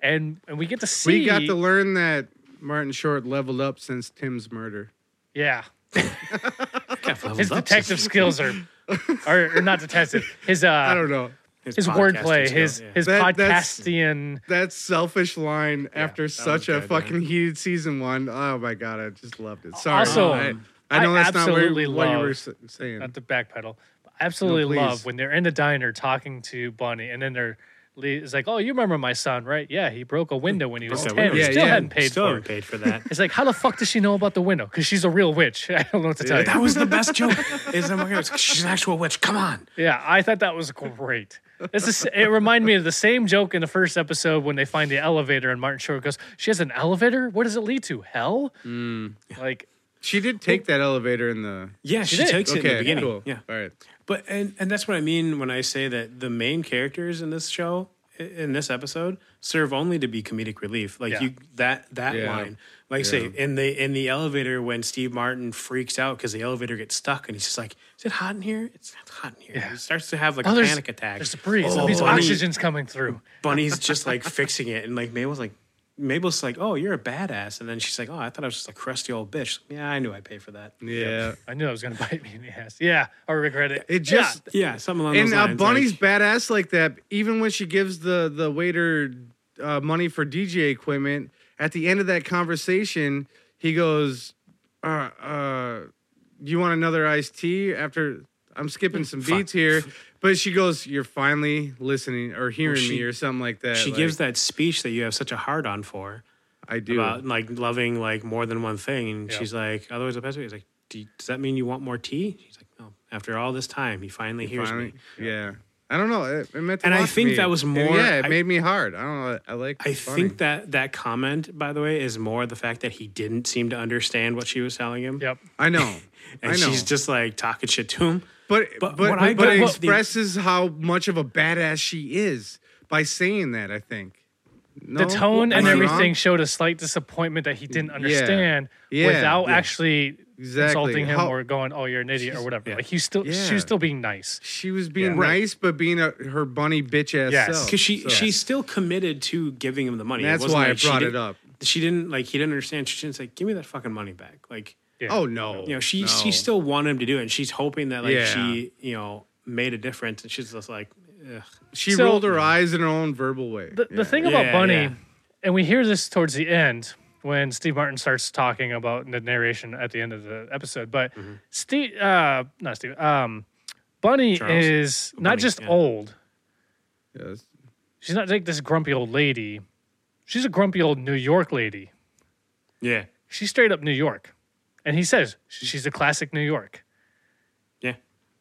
Speaker 1: and and we get to see.
Speaker 2: We got to learn that Martin Short leveled up since Tim's murder.
Speaker 1: yeah.
Speaker 3: Kev levels
Speaker 1: his
Speaker 3: up.
Speaker 1: detective skills are, are, are not detective. His uh,
Speaker 2: I don't know.
Speaker 1: his
Speaker 3: podcasting
Speaker 1: wordplay,
Speaker 3: skill,
Speaker 1: his
Speaker 3: yeah.
Speaker 1: his
Speaker 2: That- that's-
Speaker 1: podcastian.
Speaker 2: that selfish line after such a
Speaker 3: good,
Speaker 2: fucking heated season one. Oh my god, I just loved it. Sorry,
Speaker 1: Also,
Speaker 2: I,
Speaker 1: I
Speaker 2: I know that's not where,
Speaker 1: absolutely
Speaker 2: what you were
Speaker 1: love-
Speaker 2: s- saying.
Speaker 1: Not the backpedal. But I absolutely
Speaker 2: No, please.
Speaker 1: love when they're in the diner talking to Bunny, and then they're Lee is like, "Oh, you remember my son, right? Yeah, he broke a window when he was
Speaker 3: Broke a
Speaker 1: ten. We
Speaker 2: window. Yeah,
Speaker 1: still
Speaker 2: yeah.
Speaker 1: hadn't paid
Speaker 3: Still
Speaker 1: for
Speaker 3: haven't
Speaker 1: it."
Speaker 3: paid for that.
Speaker 1: It's like, how the fuck does she know about the window? Because she's a real witch. I don't know what to tell
Speaker 3: that
Speaker 1: you.
Speaker 3: was the best joke. Is I'm like, it's- she's an actual witch. Come on.
Speaker 1: Yeah, I thought that was great. This is. It reminded me of the same joke in the first episode when they find the elevator and Martin Short goes, "She has an elevator. What does it lead to? Hell."
Speaker 2: Mm.
Speaker 1: Like,
Speaker 2: She did take that elevator in the.
Speaker 3: Yeah, she,
Speaker 1: did.
Speaker 3: takes it in the beginning.
Speaker 2: cool.
Speaker 3: Yeah.
Speaker 2: All right.
Speaker 3: But and and that's what I mean when I say that the main characters in this show i- in this episode serve only to be comedic relief. Like
Speaker 1: Yeah.
Speaker 3: you that that
Speaker 2: Yeah.
Speaker 3: line. Like say in the in the elevator when Steve Martin freaks out because the elevator gets stuck and he's just like, Is it hot in here? It's not hot in here. He starts to have like
Speaker 1: oh,
Speaker 3: a
Speaker 1: there's
Speaker 3: panic attack.
Speaker 1: There's a breeze.
Speaker 3: Oh,
Speaker 1: That means
Speaker 3: Bunny-
Speaker 1: oxygen's coming through.
Speaker 3: Bunny's just like fixing it and like Mabel's like Mabel's like, Oh, you're a badass. And then she's like, Oh, I thought I was just a crusty old bitch. Yeah, I knew I paid for that.
Speaker 2: Yeah.
Speaker 1: I knew I was gonna bite me in the ass. Yeah, I regret it.
Speaker 2: It just
Speaker 3: Yeah, something along
Speaker 2: and
Speaker 3: those
Speaker 2: uh,
Speaker 3: lines.
Speaker 2: Bunny's
Speaker 3: like-
Speaker 2: badass like that. Even when she gives the the waiter uh, money for DJ equipment, at the end of that conversation, he goes, uh, uh, "You want another iced tea?" After I'm skipping some
Speaker 3: Fuck.
Speaker 2: beats here, but she goes, "You're finally listening or hearing
Speaker 3: she-
Speaker 2: me or something like that."
Speaker 3: she
Speaker 2: like,
Speaker 3: gives that speech that you have such a hard on for
Speaker 2: I do.
Speaker 3: about like loving like more than one thing, and
Speaker 1: Yeah.
Speaker 3: she's like, otherwise I pass away. He's like, Do you- does that mean you want more tea? She's like, no. After all this time, he finally hears
Speaker 2: Finally-
Speaker 3: me.
Speaker 2: yeah. I don't know. It, it meant a
Speaker 3: And I
Speaker 2: lot to
Speaker 3: think
Speaker 2: me.
Speaker 3: that was
Speaker 2: And
Speaker 3: more-
Speaker 2: yeah, it
Speaker 3: I-
Speaker 2: made me hard. I don't know. I like.
Speaker 3: I
Speaker 2: Bunny.
Speaker 3: think that that comment, by the way, is more the fact that he didn't seem to understand what she was telling him,
Speaker 1: Yep.
Speaker 2: I know. I
Speaker 3: and
Speaker 2: know. Oh,
Speaker 3: she's just like talking shit to him.
Speaker 2: But but
Speaker 3: But
Speaker 2: but,
Speaker 3: what I
Speaker 2: but it
Speaker 3: got was the-
Speaker 2: expresses how much of a badass she is by saying that. I think
Speaker 1: the
Speaker 2: No?
Speaker 1: tone
Speaker 2: Am
Speaker 1: and
Speaker 2: I
Speaker 1: everything
Speaker 2: wrong?
Speaker 1: showed a slight disappointment that he didn't understand
Speaker 2: Yeah.
Speaker 1: without
Speaker 2: Yeah.
Speaker 1: actually
Speaker 2: Exactly.
Speaker 1: insulting him
Speaker 2: How-
Speaker 1: or going, "Oh, you're an idiot" or whatever.
Speaker 3: yeah.
Speaker 1: Like he's still, she
Speaker 2: Yeah.
Speaker 1: was still being nice.
Speaker 2: She was being
Speaker 1: Yeah. Right.
Speaker 2: nice, but being a, her bunny bitch ass
Speaker 1: Yes.
Speaker 2: self.
Speaker 3: because she
Speaker 2: So-
Speaker 3: she's still committed to giving him the money. It
Speaker 2: That's
Speaker 3: wasn't
Speaker 2: why I
Speaker 3: like she
Speaker 2: brought it
Speaker 3: didn't-
Speaker 2: up.
Speaker 3: She didn't like he didn't understand. She didn't say, "Give me that fucking money back." Like
Speaker 1: Yeah.
Speaker 2: Oh no.
Speaker 3: you know she
Speaker 2: no.
Speaker 3: she still wanted him to do it and she's hoping that like
Speaker 2: Yeah.
Speaker 3: she you know made a difference and she's just like Ugh.
Speaker 2: she
Speaker 1: So-
Speaker 2: rolled her eyes in her own verbal way.
Speaker 1: The, the thing
Speaker 3: Yeah,
Speaker 1: about Bunny,
Speaker 3: yeah.
Speaker 1: and we hear this towards the end when Steve Martin starts talking about the narration at the end of the episode, but Steve, uh, not Steve, um, Bunny
Speaker 3: Charles?
Speaker 1: is not
Speaker 3: Bunny,
Speaker 1: just
Speaker 3: yeah.
Speaker 1: old.
Speaker 2: Yes.
Speaker 1: She's not like this grumpy old lady. She's a grumpy old New York lady.
Speaker 3: yeah
Speaker 1: She's straight up New York. And he says she's a classic New York.
Speaker 3: yeah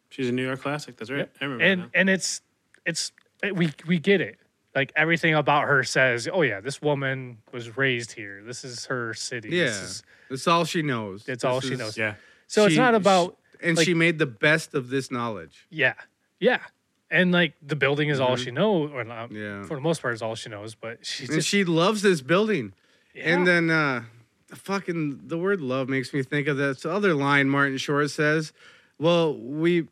Speaker 3: she's a new york classic that's right i remember
Speaker 1: and
Speaker 3: that
Speaker 1: and it's it's it- we we get it. Like everything about her says, oh yeah, this woman was raised here. This is her city.
Speaker 2: Yeah.
Speaker 1: This is-
Speaker 2: That's all she knows.
Speaker 1: That's
Speaker 2: This
Speaker 1: all she knows.
Speaker 3: now. yeah
Speaker 1: so it's
Speaker 2: she-
Speaker 1: not about
Speaker 2: And
Speaker 1: like-
Speaker 2: she made the best of this knowledge.
Speaker 1: yeah yeah. And like the building is all she knows, or not,
Speaker 2: Mm-hmm. Yeah.
Speaker 1: for the most part is all she knows. But she
Speaker 2: And
Speaker 1: just
Speaker 2: she loves this building.
Speaker 1: Yeah.
Speaker 2: And then uh fucking the word love makes me think of this other line Martin Short says. Well, we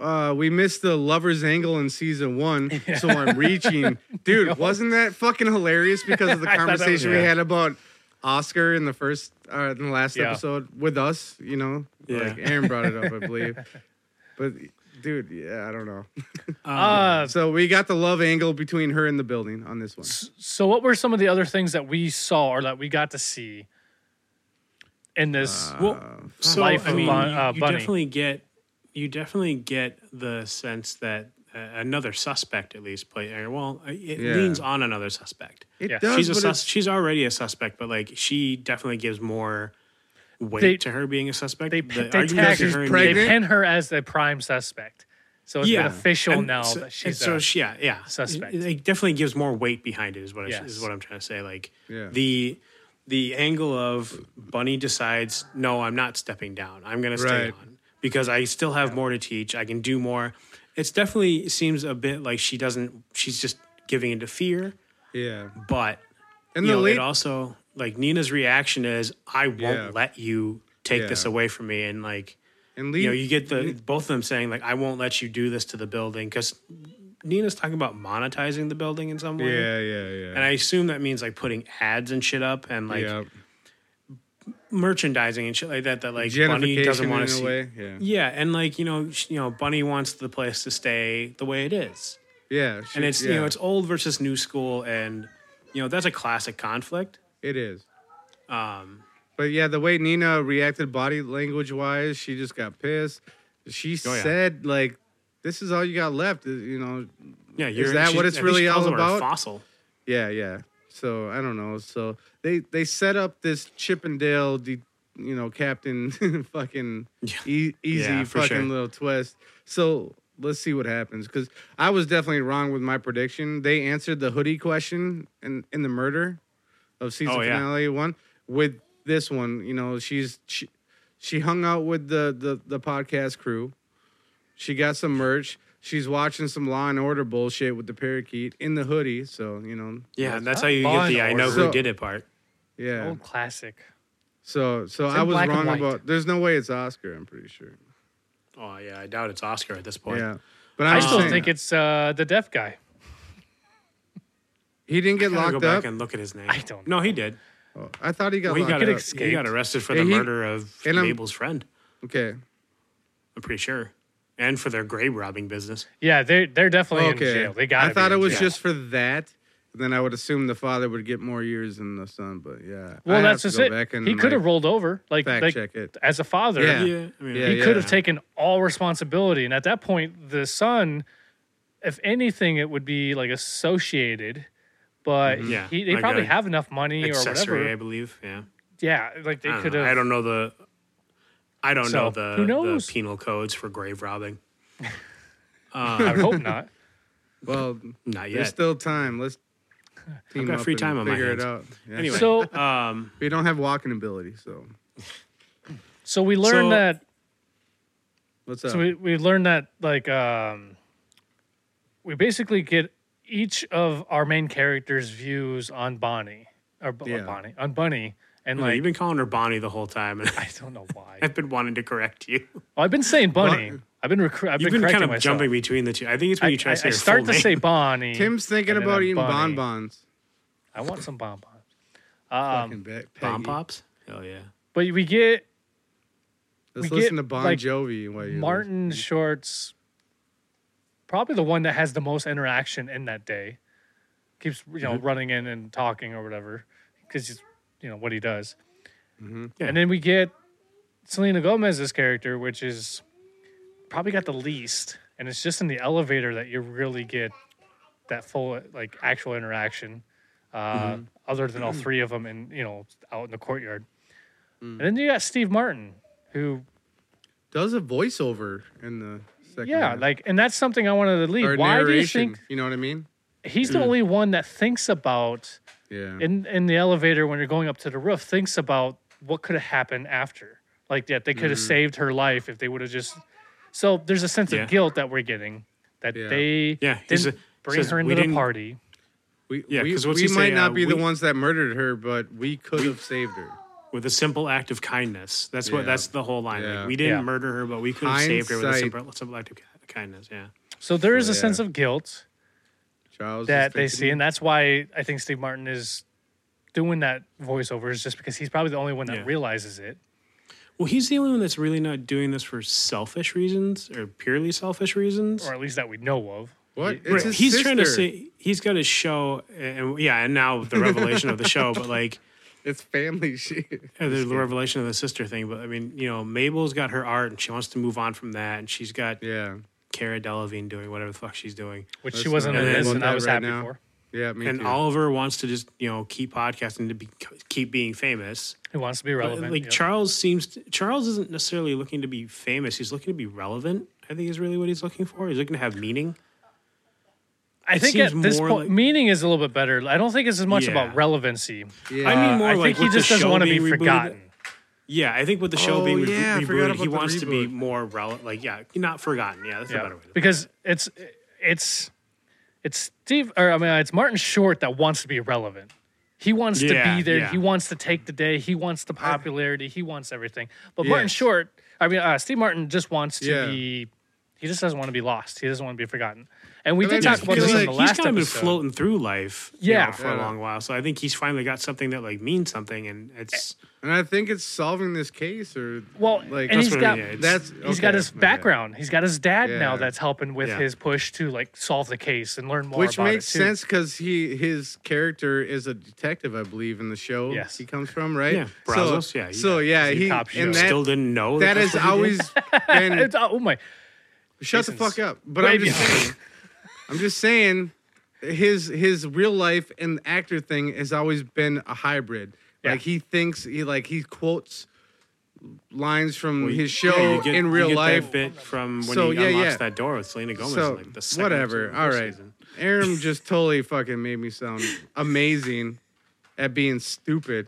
Speaker 2: uh we missed the lover's angle in season one, so I'm reaching. Dude, wasn't that fucking hilarious because of the
Speaker 1: I thought that was-
Speaker 2: conversation we
Speaker 3: Yeah.
Speaker 2: had about Oscar in the first uh in the last
Speaker 1: Yeah.
Speaker 2: episode with us, you know?
Speaker 3: Yeah.
Speaker 2: Like Aaron brought it up, I believe. but dude, yeah, I don't know.
Speaker 1: uh,
Speaker 2: So we got the love angle between her and the building on this one.
Speaker 1: So, what were some of the other things that we saw or that we got to see in this?
Speaker 2: Uh,
Speaker 3: well so
Speaker 1: Life
Speaker 3: i
Speaker 1: of
Speaker 3: mean
Speaker 1: Bun- uh,
Speaker 3: you, you
Speaker 1: Bunny.
Speaker 3: definitely get you definitely get the sense that uh, another suspect at least play or, well uh, it
Speaker 2: Yeah.
Speaker 3: leans on another suspect
Speaker 2: It
Speaker 1: Yeah.
Speaker 2: does,
Speaker 3: she's a
Speaker 2: but
Speaker 3: sus-
Speaker 2: it's-
Speaker 3: she's already a suspect but like she definitely gives more weight
Speaker 1: They-
Speaker 3: to her being a suspect
Speaker 1: they
Speaker 3: The
Speaker 1: they
Speaker 3: argument
Speaker 1: tag
Speaker 3: for
Speaker 2: she's
Speaker 3: her
Speaker 1: her,
Speaker 3: and
Speaker 1: they
Speaker 2: pregnant?
Speaker 1: pin her as the prime suspect. So it's been official
Speaker 3: And
Speaker 1: now
Speaker 3: so-
Speaker 1: that
Speaker 3: and
Speaker 1: she's
Speaker 3: so
Speaker 1: a-
Speaker 3: she, yeah, yeah.
Speaker 1: suspect.
Speaker 3: It, it definitely gives more weight behind it. Is what I,
Speaker 1: Yes.
Speaker 3: is what I'm trying to say. Like
Speaker 2: Yeah.
Speaker 3: the the angle of Bunny decides, no, I'm not stepping down. I'm going to stay
Speaker 2: Right.
Speaker 3: on because I still have more to teach. I can do more. It's definitely seems a bit like she doesn't. She's just giving into fear,
Speaker 2: yeah.
Speaker 3: but
Speaker 2: And
Speaker 3: you
Speaker 2: the
Speaker 3: know,
Speaker 2: late
Speaker 3: it also like Nina's reaction is, I won't
Speaker 2: Yeah.
Speaker 3: let you take this
Speaker 2: Yeah.
Speaker 3: away from me, and like
Speaker 2: and lead,
Speaker 3: you know, you get the both of them saying like, "I won't let you do this to the building," because Nina's talking about monetizing the building in some way.
Speaker 2: Yeah, yeah, yeah.
Speaker 3: And I assume that means like putting ads and shit up and like
Speaker 2: yeah.
Speaker 3: merchandising and shit like that. That like Bunny
Speaker 2: Gentrification
Speaker 3: doesn't want
Speaker 2: in
Speaker 3: to
Speaker 2: a
Speaker 3: see.
Speaker 2: way. Yeah,
Speaker 3: Yeah, and like you know, sh- you know, Bunny wants the place to stay the way it is,
Speaker 2: yeah. she-
Speaker 3: and it's
Speaker 2: yeah,
Speaker 3: you know, it's old versus new school, and you know, that's a classic conflict.
Speaker 2: it is.
Speaker 3: Um,
Speaker 2: But yeah, the way Nina reacted body language wise, she just got pissed. She
Speaker 3: Oh, yeah.
Speaker 2: said like this is all you got left. is, You know,
Speaker 3: Yeah, you're,
Speaker 2: that
Speaker 3: she-
Speaker 2: what it's
Speaker 3: I think she
Speaker 2: really
Speaker 3: calls
Speaker 2: all
Speaker 3: her a
Speaker 2: about?
Speaker 3: Fossil.
Speaker 2: yeah, yeah. So I don't know. So they they set up this Chippendale, de, you know, Captain fucking
Speaker 3: Yeah.
Speaker 2: e- easy
Speaker 3: Yeah, for
Speaker 2: fucking
Speaker 3: sure.
Speaker 2: little twist. So let's see what happens because I was definitely wrong with my prediction. They answered the hoodie question in in the murder of season
Speaker 3: Oh, yeah.
Speaker 2: finale one with this one. You know, she's she, she hung out with the, the the podcast crew. She got some merch. She's watching some Law and Order bullshit with the parakeet in the hoodie. So you know,
Speaker 3: Yeah, and that's
Speaker 1: not
Speaker 3: how you
Speaker 1: Law
Speaker 3: get
Speaker 1: and
Speaker 3: the I know
Speaker 2: Order.
Speaker 3: who did it part.
Speaker 2: yeah.
Speaker 1: Old classic.
Speaker 2: So so
Speaker 1: It's
Speaker 2: I
Speaker 1: in
Speaker 2: was
Speaker 1: black and
Speaker 2: wrong
Speaker 1: white.
Speaker 2: about. There's no way it's Oscar. I'm pretty sure.
Speaker 3: Oh yeah, I doubt it's Oscar at this point.
Speaker 2: Yeah, but
Speaker 1: I
Speaker 2: I'm
Speaker 1: still
Speaker 2: saying,
Speaker 1: think it's uh, the deaf guy.
Speaker 2: he didn't get
Speaker 3: Gotta go
Speaker 2: locked
Speaker 3: back
Speaker 2: up.
Speaker 3: and look at his name.
Speaker 1: I don't
Speaker 3: No, he did.
Speaker 2: Oh, I thought he got
Speaker 3: Well, he
Speaker 2: locked
Speaker 3: got,
Speaker 1: He
Speaker 2: up.
Speaker 1: could
Speaker 3: arre- he got
Speaker 1: escape.
Speaker 3: arrested for
Speaker 2: Yeah,
Speaker 3: the
Speaker 2: he-
Speaker 3: murder of
Speaker 2: and I'm-
Speaker 3: Mabel's friend.
Speaker 2: Okay.
Speaker 3: I'm pretty sure, and for their grave robbing business.
Speaker 1: Yeah, they're they're definitely
Speaker 2: okay.
Speaker 1: in jail. They got.
Speaker 2: I thought
Speaker 1: be
Speaker 2: it
Speaker 1: in
Speaker 2: was
Speaker 1: jail.
Speaker 2: just for that. Then I would assume the father would get more years than the son. But yeah,
Speaker 1: Well,
Speaker 2: I
Speaker 1: that's
Speaker 2: have
Speaker 1: just
Speaker 2: to go
Speaker 1: it.
Speaker 2: Back and
Speaker 1: He could have
Speaker 2: like,
Speaker 1: rolled over, like
Speaker 2: fact
Speaker 1: like
Speaker 2: check it.
Speaker 1: as a father.
Speaker 2: Yeah.
Speaker 3: I mean,
Speaker 2: Yeah,
Speaker 1: he could have
Speaker 2: yeah.
Speaker 1: taken all responsibility. And at that point, the son, if anything, it would be like associated. But
Speaker 3: Mm-hmm. Yeah,
Speaker 1: he, they
Speaker 3: like
Speaker 1: probably
Speaker 3: a
Speaker 1: have enough money or
Speaker 3: accessory,
Speaker 1: whatever.
Speaker 3: I believe. Yeah,
Speaker 1: Yeah, like they
Speaker 3: I
Speaker 1: could
Speaker 3: don't, know. I
Speaker 1: have.
Speaker 3: don't know the. I don't
Speaker 1: So,
Speaker 3: know the,
Speaker 1: who
Speaker 3: the
Speaker 1: knows?
Speaker 3: penal codes for grave robbing.
Speaker 1: I would hope not.
Speaker 2: Well,
Speaker 3: Not
Speaker 2: there's
Speaker 3: yet.
Speaker 2: still time. Let's team
Speaker 3: got
Speaker 2: up
Speaker 3: free
Speaker 2: and
Speaker 3: time on my
Speaker 2: figure it
Speaker 3: hands.
Speaker 2: out. Yeah.
Speaker 3: anyway,
Speaker 1: So-
Speaker 3: um,
Speaker 2: we don't have walking ability, so
Speaker 1: So we learned
Speaker 3: So-
Speaker 1: that.
Speaker 2: what's up?
Speaker 1: So we we learned that like um, we basically get each of our main characters' views on Bonnie or B-
Speaker 2: Yeah.
Speaker 1: Bonnie on Bunny, and
Speaker 3: like,
Speaker 1: like
Speaker 3: Mm-hmm. you've been calling her Bonnie the whole time, and
Speaker 1: I don't know why.
Speaker 3: I've been wanting to correct you.
Speaker 1: Well, I've been saying Bunny.
Speaker 2: Bon-
Speaker 1: I've been recru- I've
Speaker 3: You've
Speaker 1: been,
Speaker 3: been,
Speaker 1: correcting
Speaker 3: kind of
Speaker 1: myself.
Speaker 3: jumping between the two. I think it's when you try
Speaker 1: I,
Speaker 3: to say
Speaker 1: I
Speaker 3: her
Speaker 1: start
Speaker 3: full
Speaker 1: to
Speaker 3: name.
Speaker 1: say Bonnie.
Speaker 2: Tim's thinking
Speaker 1: and then
Speaker 2: about
Speaker 1: I'm
Speaker 2: eating
Speaker 1: Bonnie.
Speaker 2: bonbons.
Speaker 1: I want some bonbons. Um,
Speaker 2: Fucking Pe- Peggy.
Speaker 3: bomb pops. Hell yeah.
Speaker 1: but we get
Speaker 2: Let's
Speaker 1: we
Speaker 2: listen
Speaker 1: get,
Speaker 2: to Bon
Speaker 1: like,
Speaker 2: Jovi while you
Speaker 1: Martin Short's probably the one that has the most interaction in that day. Keeps you know running in and talking or whatever because he's you know what he does.
Speaker 3: Yeah.
Speaker 1: And then we get Selena Gomez's character, which is probably got the least, and it's just in the elevator that you really get that full like actual interaction. Uh, Other than all three of them, and you know, out in the courtyard, and then you got Steve Martin, who
Speaker 2: does a voiceover in the second.
Speaker 1: Yeah,
Speaker 2: half.
Speaker 1: like, and that's something I wanted to leave.
Speaker 2: or
Speaker 1: Why do you
Speaker 2: narration.
Speaker 1: think
Speaker 2: you know what I mean?
Speaker 1: he's
Speaker 3: Mm.
Speaker 1: the only one that thinks about
Speaker 2: Yeah.
Speaker 1: in in the elevator when you're going up to the roof? Thinks about what could have happened after. Like that, they could have saved her life if they would have just. So there's a sense
Speaker 3: Mm. Yeah.
Speaker 1: of guilt that we're getting that
Speaker 2: Yeah.
Speaker 1: they
Speaker 3: Yeah, he's
Speaker 1: didn't
Speaker 3: a-
Speaker 1: bring
Speaker 3: says,
Speaker 1: her
Speaker 3: "We
Speaker 1: into the
Speaker 3: didn't-
Speaker 1: party.
Speaker 2: we
Speaker 3: yeah,
Speaker 2: we,
Speaker 3: 'cause what's
Speaker 2: we
Speaker 3: he
Speaker 2: might
Speaker 3: say,
Speaker 2: not
Speaker 3: uh,
Speaker 2: be the
Speaker 3: we-
Speaker 2: ones that murdered her, but we could have saved her.
Speaker 3: with a simple act of kindness. That's
Speaker 2: Yeah.
Speaker 3: what. That's the whole line. Like,
Speaker 2: Yeah.
Speaker 3: we didn't
Speaker 1: Yeah.
Speaker 3: murder her, but we could have saved her with a
Speaker 2: Hindsight.
Speaker 3: simple, simple act of ki- kindness. Yeah.
Speaker 1: So there is
Speaker 2: So,
Speaker 1: a
Speaker 2: yeah.
Speaker 1: sense of guilt
Speaker 2: Charles is
Speaker 1: that they
Speaker 2: thinking-
Speaker 1: see, and that's why I think Steve Martin is doing that voiceover is just because he's probably the only one that
Speaker 3: Yeah.
Speaker 1: realizes it.
Speaker 3: Well, he's the only one that's really not doing this for selfish reasons or purely selfish reasons.
Speaker 1: or at least that we know of.
Speaker 2: What?
Speaker 1: He-
Speaker 2: It's
Speaker 3: Right,
Speaker 2: his
Speaker 3: he's trying to
Speaker 2: sister.
Speaker 3: say he's got his show, and yeah, and now the revelation of the show, but like
Speaker 2: It's family shit.
Speaker 3: yeah, there's the revelation of the sister thing. But I mean, you know, Mabel's got her art, and she wants to move on from that, and she's got
Speaker 2: Yeah.
Speaker 3: Cara Delevingne doing whatever the fuck she's doing,
Speaker 1: which
Speaker 2: Let's
Speaker 1: she wasn't
Speaker 2: not
Speaker 1: in
Speaker 3: talk
Speaker 1: this,
Speaker 3: about
Speaker 1: and I
Speaker 2: that
Speaker 1: was
Speaker 2: right
Speaker 1: happy
Speaker 2: now.
Speaker 1: for.
Speaker 2: Yeah, me
Speaker 3: and
Speaker 2: too.
Speaker 3: Oliver wants to just you know keep podcasting to be keep being famous.
Speaker 1: Who wants to be
Speaker 3: But, uh,
Speaker 1: relevant?
Speaker 3: like
Speaker 1: yeah.
Speaker 3: Charles seems to, Charles isn't necessarily looking to be famous. He's looking to be relevant. I think is really what he's looking for. He's looking to have meaning.
Speaker 1: I
Speaker 3: it
Speaker 1: think
Speaker 3: seems
Speaker 1: at this
Speaker 3: more
Speaker 1: point,
Speaker 3: like-
Speaker 1: meaning is a little bit better. I don't think it's as much
Speaker 3: Yeah.
Speaker 1: about relevancy.
Speaker 2: yeah.
Speaker 3: I mean, more
Speaker 1: I
Speaker 3: like
Speaker 1: think he
Speaker 3: with the
Speaker 1: just doesn't
Speaker 3: show
Speaker 1: want to be
Speaker 3: being rebooted-
Speaker 1: forgotten.
Speaker 3: Yeah, I think with the show
Speaker 2: Oh,
Speaker 3: being re-
Speaker 2: yeah, I forgot
Speaker 3: rebooted, he
Speaker 2: about the
Speaker 3: wants to be
Speaker 2: reboot.
Speaker 3: more relevant. Like, yeah, not forgotten. Yeah, that's a
Speaker 1: Yeah.
Speaker 3: better way. To
Speaker 1: Because it's it's it's Steve or I mean it's Martin Short that wants to be relevant. He wants to
Speaker 3: Yeah,
Speaker 1: be there.
Speaker 3: yeah.
Speaker 1: He wants to take the day. He wants the popularity. he wants everything. But Martin
Speaker 2: Yes.
Speaker 1: Short, I mean uh, Steve Martin, just wants to
Speaker 2: Yeah.
Speaker 1: be. He just doesn't want to be lost. He doesn't want to be forgotten. And we
Speaker 2: But I
Speaker 1: did talk
Speaker 2: just
Speaker 1: about
Speaker 2: feel
Speaker 1: this in
Speaker 2: like
Speaker 1: the
Speaker 3: he's
Speaker 1: last
Speaker 3: kind of been
Speaker 1: episode.
Speaker 3: floating through life, you know,
Speaker 1: Yeah.
Speaker 3: for a
Speaker 2: Yeah.
Speaker 3: long while. So I think he's finally got something that like means something, and it's
Speaker 2: and I think it's solving this case or
Speaker 1: Well,
Speaker 2: like
Speaker 1: and
Speaker 3: that's
Speaker 1: he's
Speaker 3: what I
Speaker 1: got
Speaker 3: mean, yeah, it's-
Speaker 2: that's
Speaker 1: He's
Speaker 2: okay,
Speaker 1: got his
Speaker 2: okay.
Speaker 1: background. He's got his dad now
Speaker 2: Yeah.
Speaker 1: that's helping with
Speaker 3: Yeah.
Speaker 1: his push to like solve the case and learn more.
Speaker 2: Which
Speaker 1: about
Speaker 2: makes
Speaker 1: it, too.
Speaker 2: sense because he his character is a detective, I believe, in the show
Speaker 1: Yes.
Speaker 2: he comes from, right?
Speaker 3: Yeah, Brazos, yeah,
Speaker 2: So
Speaker 3: yeah.
Speaker 2: yeah,
Speaker 1: He's a
Speaker 2: he
Speaker 1: cop show.
Speaker 2: and Eh, that,
Speaker 3: still didn't know
Speaker 2: that
Speaker 3: that's
Speaker 2: has
Speaker 3: what he did.
Speaker 2: always been
Speaker 1: It's- uh, oh my!
Speaker 2: Shut the
Speaker 1: Jason's
Speaker 2: fuck up. But
Speaker 1: way
Speaker 2: I'm just
Speaker 1: behind.
Speaker 2: saying. I'm just saying his his real life and actor thing has always been a hybrid.
Speaker 1: Yeah.
Speaker 2: Like he thinks he like he quotes lines from
Speaker 3: Well, you-
Speaker 2: his show
Speaker 3: yeah, you get-
Speaker 2: in
Speaker 3: you
Speaker 2: real
Speaker 3: get that
Speaker 2: life.
Speaker 3: bit from when
Speaker 2: So,
Speaker 3: he
Speaker 2: yeah,
Speaker 3: unlocks
Speaker 2: yeah.
Speaker 3: that door with Selena Gomez.
Speaker 2: So,
Speaker 3: in, like the second
Speaker 2: whatever.
Speaker 3: episode of the
Speaker 2: All
Speaker 3: first
Speaker 2: right.
Speaker 3: season.
Speaker 2: Aram just totally fucking made me sound amazing at being stupid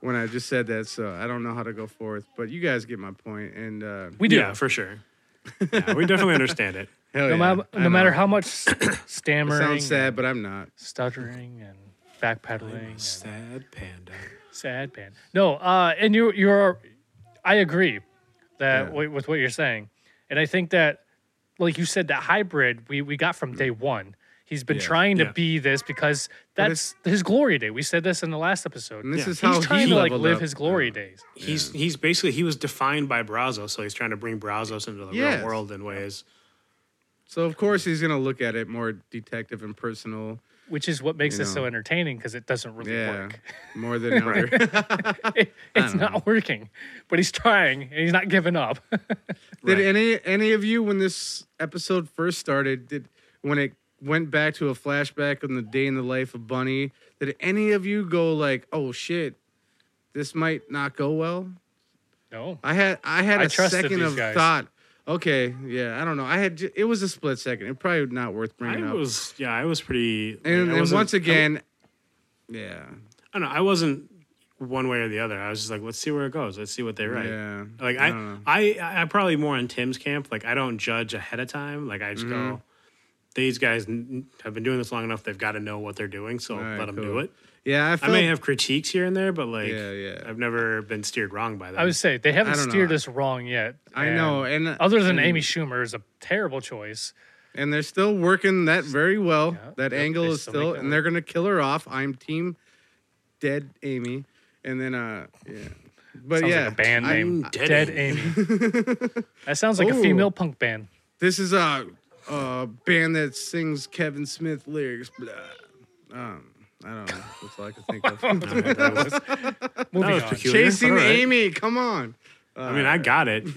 Speaker 2: when I just said that. So I don't know how to go forth, but you guys get my point. And uh,
Speaker 1: We do.
Speaker 3: Yeah, for sure. Yeah, we definitely understand it.
Speaker 2: hell
Speaker 1: no,
Speaker 2: yeah,
Speaker 1: ma-
Speaker 2: I
Speaker 1: no matter
Speaker 2: know.
Speaker 1: how much st- stammering,
Speaker 2: Sounds sad,
Speaker 1: and
Speaker 2: but I'm not.
Speaker 1: stuttering, and backpedaling, and
Speaker 3: Sad panda.
Speaker 1: sad pan. No, uh, and you you're, I agree that
Speaker 2: Yeah.
Speaker 1: wi- with what you're saying, and I think that, like you said, that hybrid we we got from day one. He's been
Speaker 2: Mm. Yeah.
Speaker 1: trying to
Speaker 3: Yeah.
Speaker 1: be this because that's his glory day. We said this in the last episode.
Speaker 2: And this
Speaker 3: Yeah.
Speaker 2: is how
Speaker 1: He's trying
Speaker 2: Oh, he
Speaker 1: to like
Speaker 2: leveled
Speaker 1: live
Speaker 2: up.
Speaker 1: his glory days.
Speaker 3: He's he's basically he was defined by Brazos, so he's trying to bring Brazos into the
Speaker 2: Yes.
Speaker 3: real world in ways.
Speaker 2: So of course he's gonna look at it more detective and personal.
Speaker 1: Which is what makes
Speaker 2: You
Speaker 1: this so
Speaker 2: know.
Speaker 1: entertaining because it doesn't really
Speaker 2: Yeah,
Speaker 1: work.
Speaker 2: more than ever.
Speaker 1: It- it's not working, but he's trying and he's not giving up.
Speaker 2: did
Speaker 3: Right.
Speaker 2: any any of you when this episode first started? Did when it went back to a flashback on the day in the life of Bunny? Did any of you go like, "Oh shit, this might not go well"?
Speaker 1: no,
Speaker 2: I had I had
Speaker 1: I
Speaker 2: a
Speaker 1: trusted
Speaker 2: second
Speaker 1: these
Speaker 2: of
Speaker 1: guys.
Speaker 2: thought. Okay, yeah, I don't know. I had ju- it was a split second. It probably not worth bringing
Speaker 3: I
Speaker 2: up.
Speaker 3: was yeah, I was pretty. like,
Speaker 2: and
Speaker 3: I
Speaker 2: and
Speaker 3: wasn't-
Speaker 2: once again, yeah,
Speaker 3: I, don't know. I wasn't one way or the other. I was just like, let's see where it goes. Let's see what they write.
Speaker 2: yeah. Uh-huh.
Speaker 3: Like
Speaker 2: I
Speaker 3: I,
Speaker 2: don't know.
Speaker 3: I, I, I probably more on Tim's camp. Like I don't judge ahead of time. Like I just
Speaker 2: Mm-hmm.
Speaker 3: go, these guys n- have been doing this long enough. They've got to know what they're doing. So
Speaker 2: All
Speaker 3: let 'em
Speaker 2: right,
Speaker 3: let them do
Speaker 2: cool.
Speaker 3: it.
Speaker 2: yeah, I
Speaker 3: I
Speaker 2: felt
Speaker 3: may have critiques here and there, but like
Speaker 2: Yeah, yeah.
Speaker 3: I've never been steered wrong by that.
Speaker 1: I would say they haven't
Speaker 2: I don't know.
Speaker 1: steered us wrong yet.
Speaker 2: I
Speaker 1: and
Speaker 2: know, and
Speaker 1: Other than
Speaker 2: and,
Speaker 1: Amy Schumer is a terrible choice.
Speaker 2: and they're still working that very well.
Speaker 1: Yeah,
Speaker 2: that
Speaker 1: yep,
Speaker 2: angle
Speaker 1: they
Speaker 2: is
Speaker 1: still
Speaker 2: still,
Speaker 1: make that
Speaker 2: and they're gonna kill her off. I'm team dead Amy, and then uh, yeah, but
Speaker 1: Sounds
Speaker 2: Uh, yeah,
Speaker 1: like a band
Speaker 2: I-
Speaker 1: name.
Speaker 3: Dead
Speaker 1: Amy. that sounds like a
Speaker 2: Ooh.
Speaker 1: female punk band.
Speaker 2: This is a, a band that sings Kevin Smith lyrics. Blah. Um, I don't know. That's all I can think of.
Speaker 3: I mean, that was,
Speaker 1: Moving
Speaker 3: was
Speaker 1: on.
Speaker 3: peculiar.
Speaker 2: Chasing
Speaker 3: All right.
Speaker 2: Amy. Come on.
Speaker 3: I mean, I got it.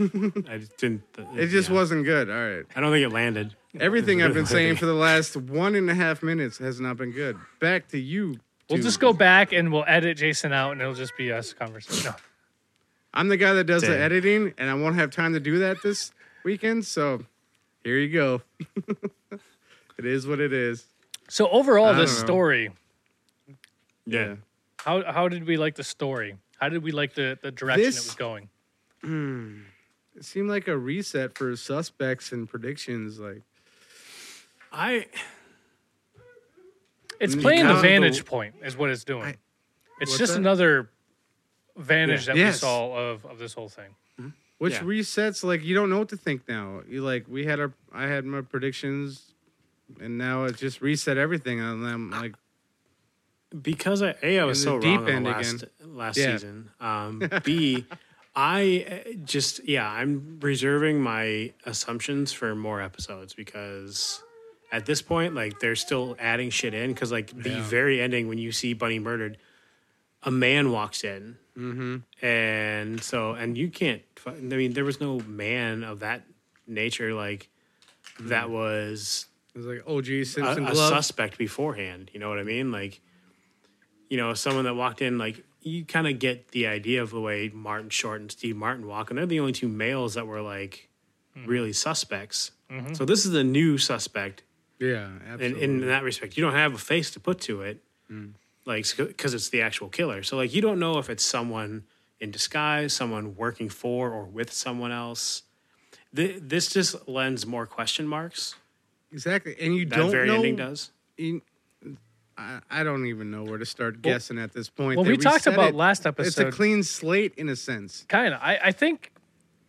Speaker 3: I just didn't.
Speaker 2: It just
Speaker 3: yeah.
Speaker 2: wasn't good. All right.
Speaker 3: I don't think it landed.
Speaker 2: Everything I've been
Speaker 3: Really?
Speaker 2: saying for the last one and a half minutes has not been good. Back to you.
Speaker 1: We'll
Speaker 2: two.
Speaker 1: just go back and we'll edit Jason out, and it'll just be us conversation. No.
Speaker 2: I'm the guy that does the
Speaker 3: Dang.
Speaker 2: editing, and I won't have time to do that this weekend. So here you go. it is what it is.
Speaker 1: So overall,
Speaker 2: I
Speaker 1: this
Speaker 2: don't know.
Speaker 1: story.
Speaker 3: Yeah.
Speaker 1: How how did we like the story? How did we like the the direction it
Speaker 2: This-
Speaker 1: was going?
Speaker 2: It seemed like a reset for suspects and predictions. Like,
Speaker 3: I
Speaker 1: It's
Speaker 2: Mm,
Speaker 1: playing the
Speaker 2: because of the-
Speaker 1: vantage point is what it's doing.
Speaker 2: I-
Speaker 1: it's
Speaker 2: what's
Speaker 1: just
Speaker 2: that?
Speaker 1: another vantage
Speaker 3: Yeah.
Speaker 1: that
Speaker 2: Yes.
Speaker 1: we saw of of this whole thing.
Speaker 2: which
Speaker 3: Yeah.
Speaker 2: resets like you don't know what to think now you like we had our i had my predictions and now it just reset everything on them like
Speaker 3: because I a I was
Speaker 2: In
Speaker 3: so
Speaker 2: the
Speaker 3: wrong
Speaker 2: deep end
Speaker 3: on the
Speaker 2: again.
Speaker 3: last last
Speaker 2: Yeah.
Speaker 3: season. Um, B I uh, just yeah I'm reserving my assumptions for more episodes because at this point like they're still adding shit in because like the very ending when you see Bunny murdered, a man walks in
Speaker 2: Mm-hmm.
Speaker 3: and so and you can't. fu- I mean there was no man of that nature like
Speaker 2: Mm.
Speaker 3: that was
Speaker 2: it was like og simpson
Speaker 3: a, a
Speaker 2: glove
Speaker 3: suspect beforehand. You know what I mean? Like, you know, someone that walked in, like, you kind of get the idea of the way Martin Short and Steve Martin walk, and they're the only two males that were like
Speaker 2: Hmm.
Speaker 3: really suspects.
Speaker 2: Mm-hmm.
Speaker 3: So this is a new suspect
Speaker 2: yeah
Speaker 3: in,
Speaker 2: absolutely.
Speaker 3: in that respect. You don't have a face to put to it, like, because it's the actual killer. So like, you don't know if it's someone in disguise, someone working for or with someone else. Th- this just lends more question marks.
Speaker 2: exactly and you
Speaker 3: That
Speaker 2: don't
Speaker 3: very
Speaker 2: know
Speaker 3: ending does.
Speaker 2: in- I, I don't even know where to start guessing at this point
Speaker 1: Well,
Speaker 2: They
Speaker 1: we talked
Speaker 2: reset
Speaker 1: about
Speaker 2: it.
Speaker 1: last
Speaker 2: it's a
Speaker 1: episode.
Speaker 2: clean slate in a sense
Speaker 1: kind of. I, I think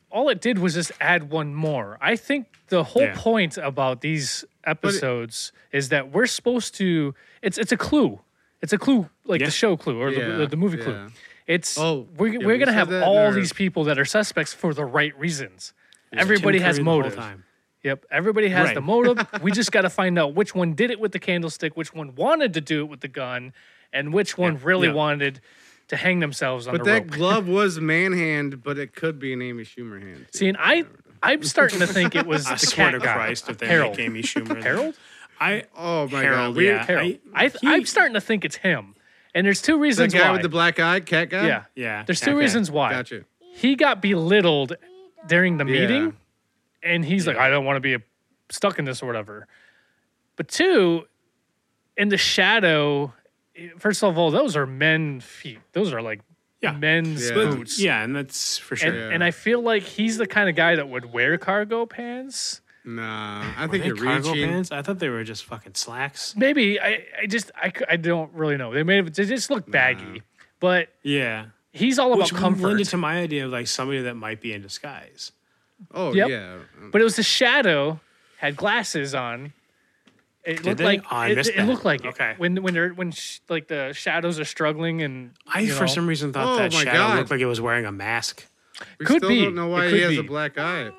Speaker 1: all it did was just add one more. I think the whole
Speaker 3: Yeah.
Speaker 1: point about these episodes is that we're supposed to. It's it's a clue. It's a clue, like
Speaker 3: Yeah.
Speaker 1: the show clue or the,
Speaker 2: Yeah,
Speaker 1: the, the movie
Speaker 2: yeah.
Speaker 1: clue. It's
Speaker 2: Oh,
Speaker 1: we're,
Speaker 2: yeah,
Speaker 1: we're
Speaker 2: we
Speaker 1: gonna
Speaker 2: said
Speaker 1: have
Speaker 2: that in
Speaker 1: all
Speaker 2: our-
Speaker 1: these people that are suspects for the right reasons. Everybody has motive. Yep, everybody has
Speaker 3: Right.
Speaker 1: the motive. we just got to find out which one did it with the candlestick, which one wanted to do it with the gun, and which one really
Speaker 3: yeah.
Speaker 1: wanted to hang themselves on
Speaker 2: but
Speaker 1: the
Speaker 2: that
Speaker 1: rope.
Speaker 2: glove was man hand but it could be an amy schumer hand too.
Speaker 1: See, and I, I'm starting to think it was
Speaker 3: I
Speaker 1: the
Speaker 3: swear
Speaker 1: cat
Speaker 3: to
Speaker 1: guy.
Speaker 3: Christ, if they
Speaker 1: Harold.
Speaker 3: make Amy Schumer,
Speaker 1: Harold?
Speaker 3: I
Speaker 2: Oh my
Speaker 3: Harold,
Speaker 2: god, we
Speaker 3: yeah.
Speaker 1: Harold.
Speaker 3: I-
Speaker 1: I, I, am
Speaker 3: he-
Speaker 1: starting to think it's him. And there's two
Speaker 2: the
Speaker 1: reasons
Speaker 2: guy
Speaker 1: why.
Speaker 2: with the black eye, cat guy.
Speaker 1: yeah.
Speaker 3: yeah,
Speaker 1: There's two
Speaker 3: okay.
Speaker 1: reasons why.
Speaker 2: gotcha.
Speaker 1: He got belittled during the
Speaker 2: Yeah.
Speaker 1: meeting, and he's like, I don't want to be a, stuck in this or whatever. But two, in the shadow, first of all, those are men feet. Those are like
Speaker 3: Yeah.
Speaker 1: men's
Speaker 2: Yeah.
Speaker 3: But-
Speaker 1: boots.
Speaker 3: yeah, and that's for sure.
Speaker 1: And, and I feel like he's the kind of guy that would wear cargo pants.
Speaker 2: Nah, I
Speaker 3: Were
Speaker 2: think
Speaker 3: they
Speaker 2: you're
Speaker 3: cargo
Speaker 2: reaching.
Speaker 3: pants? I thought they were just fucking slacks.
Speaker 1: Maybe I, I just I, c- I don't really know. They may have they just look baggy, but
Speaker 3: Yeah,
Speaker 1: he's all about
Speaker 3: which
Speaker 1: comfort.
Speaker 3: lended to my idea of like somebody that might be in disguise.
Speaker 2: Oh
Speaker 1: Yep.
Speaker 2: yeah.
Speaker 1: but it was the shadow had glasses on. It looked
Speaker 3: they?
Speaker 1: like
Speaker 3: Oh, I
Speaker 1: it,
Speaker 3: missed
Speaker 1: it
Speaker 3: that.
Speaker 1: looked like it.
Speaker 3: Okay.
Speaker 1: When when they're when sh- like the shadows are struggling and
Speaker 3: I
Speaker 1: you
Speaker 3: for
Speaker 1: know.
Speaker 3: some reason thought
Speaker 2: Oh
Speaker 3: that
Speaker 2: my
Speaker 3: shadow
Speaker 2: God.
Speaker 3: looked like it was wearing a mask.
Speaker 2: We
Speaker 1: could
Speaker 2: still
Speaker 1: be.
Speaker 2: don't know
Speaker 1: It
Speaker 2: why
Speaker 1: could
Speaker 2: he has a
Speaker 1: be.
Speaker 2: black eye.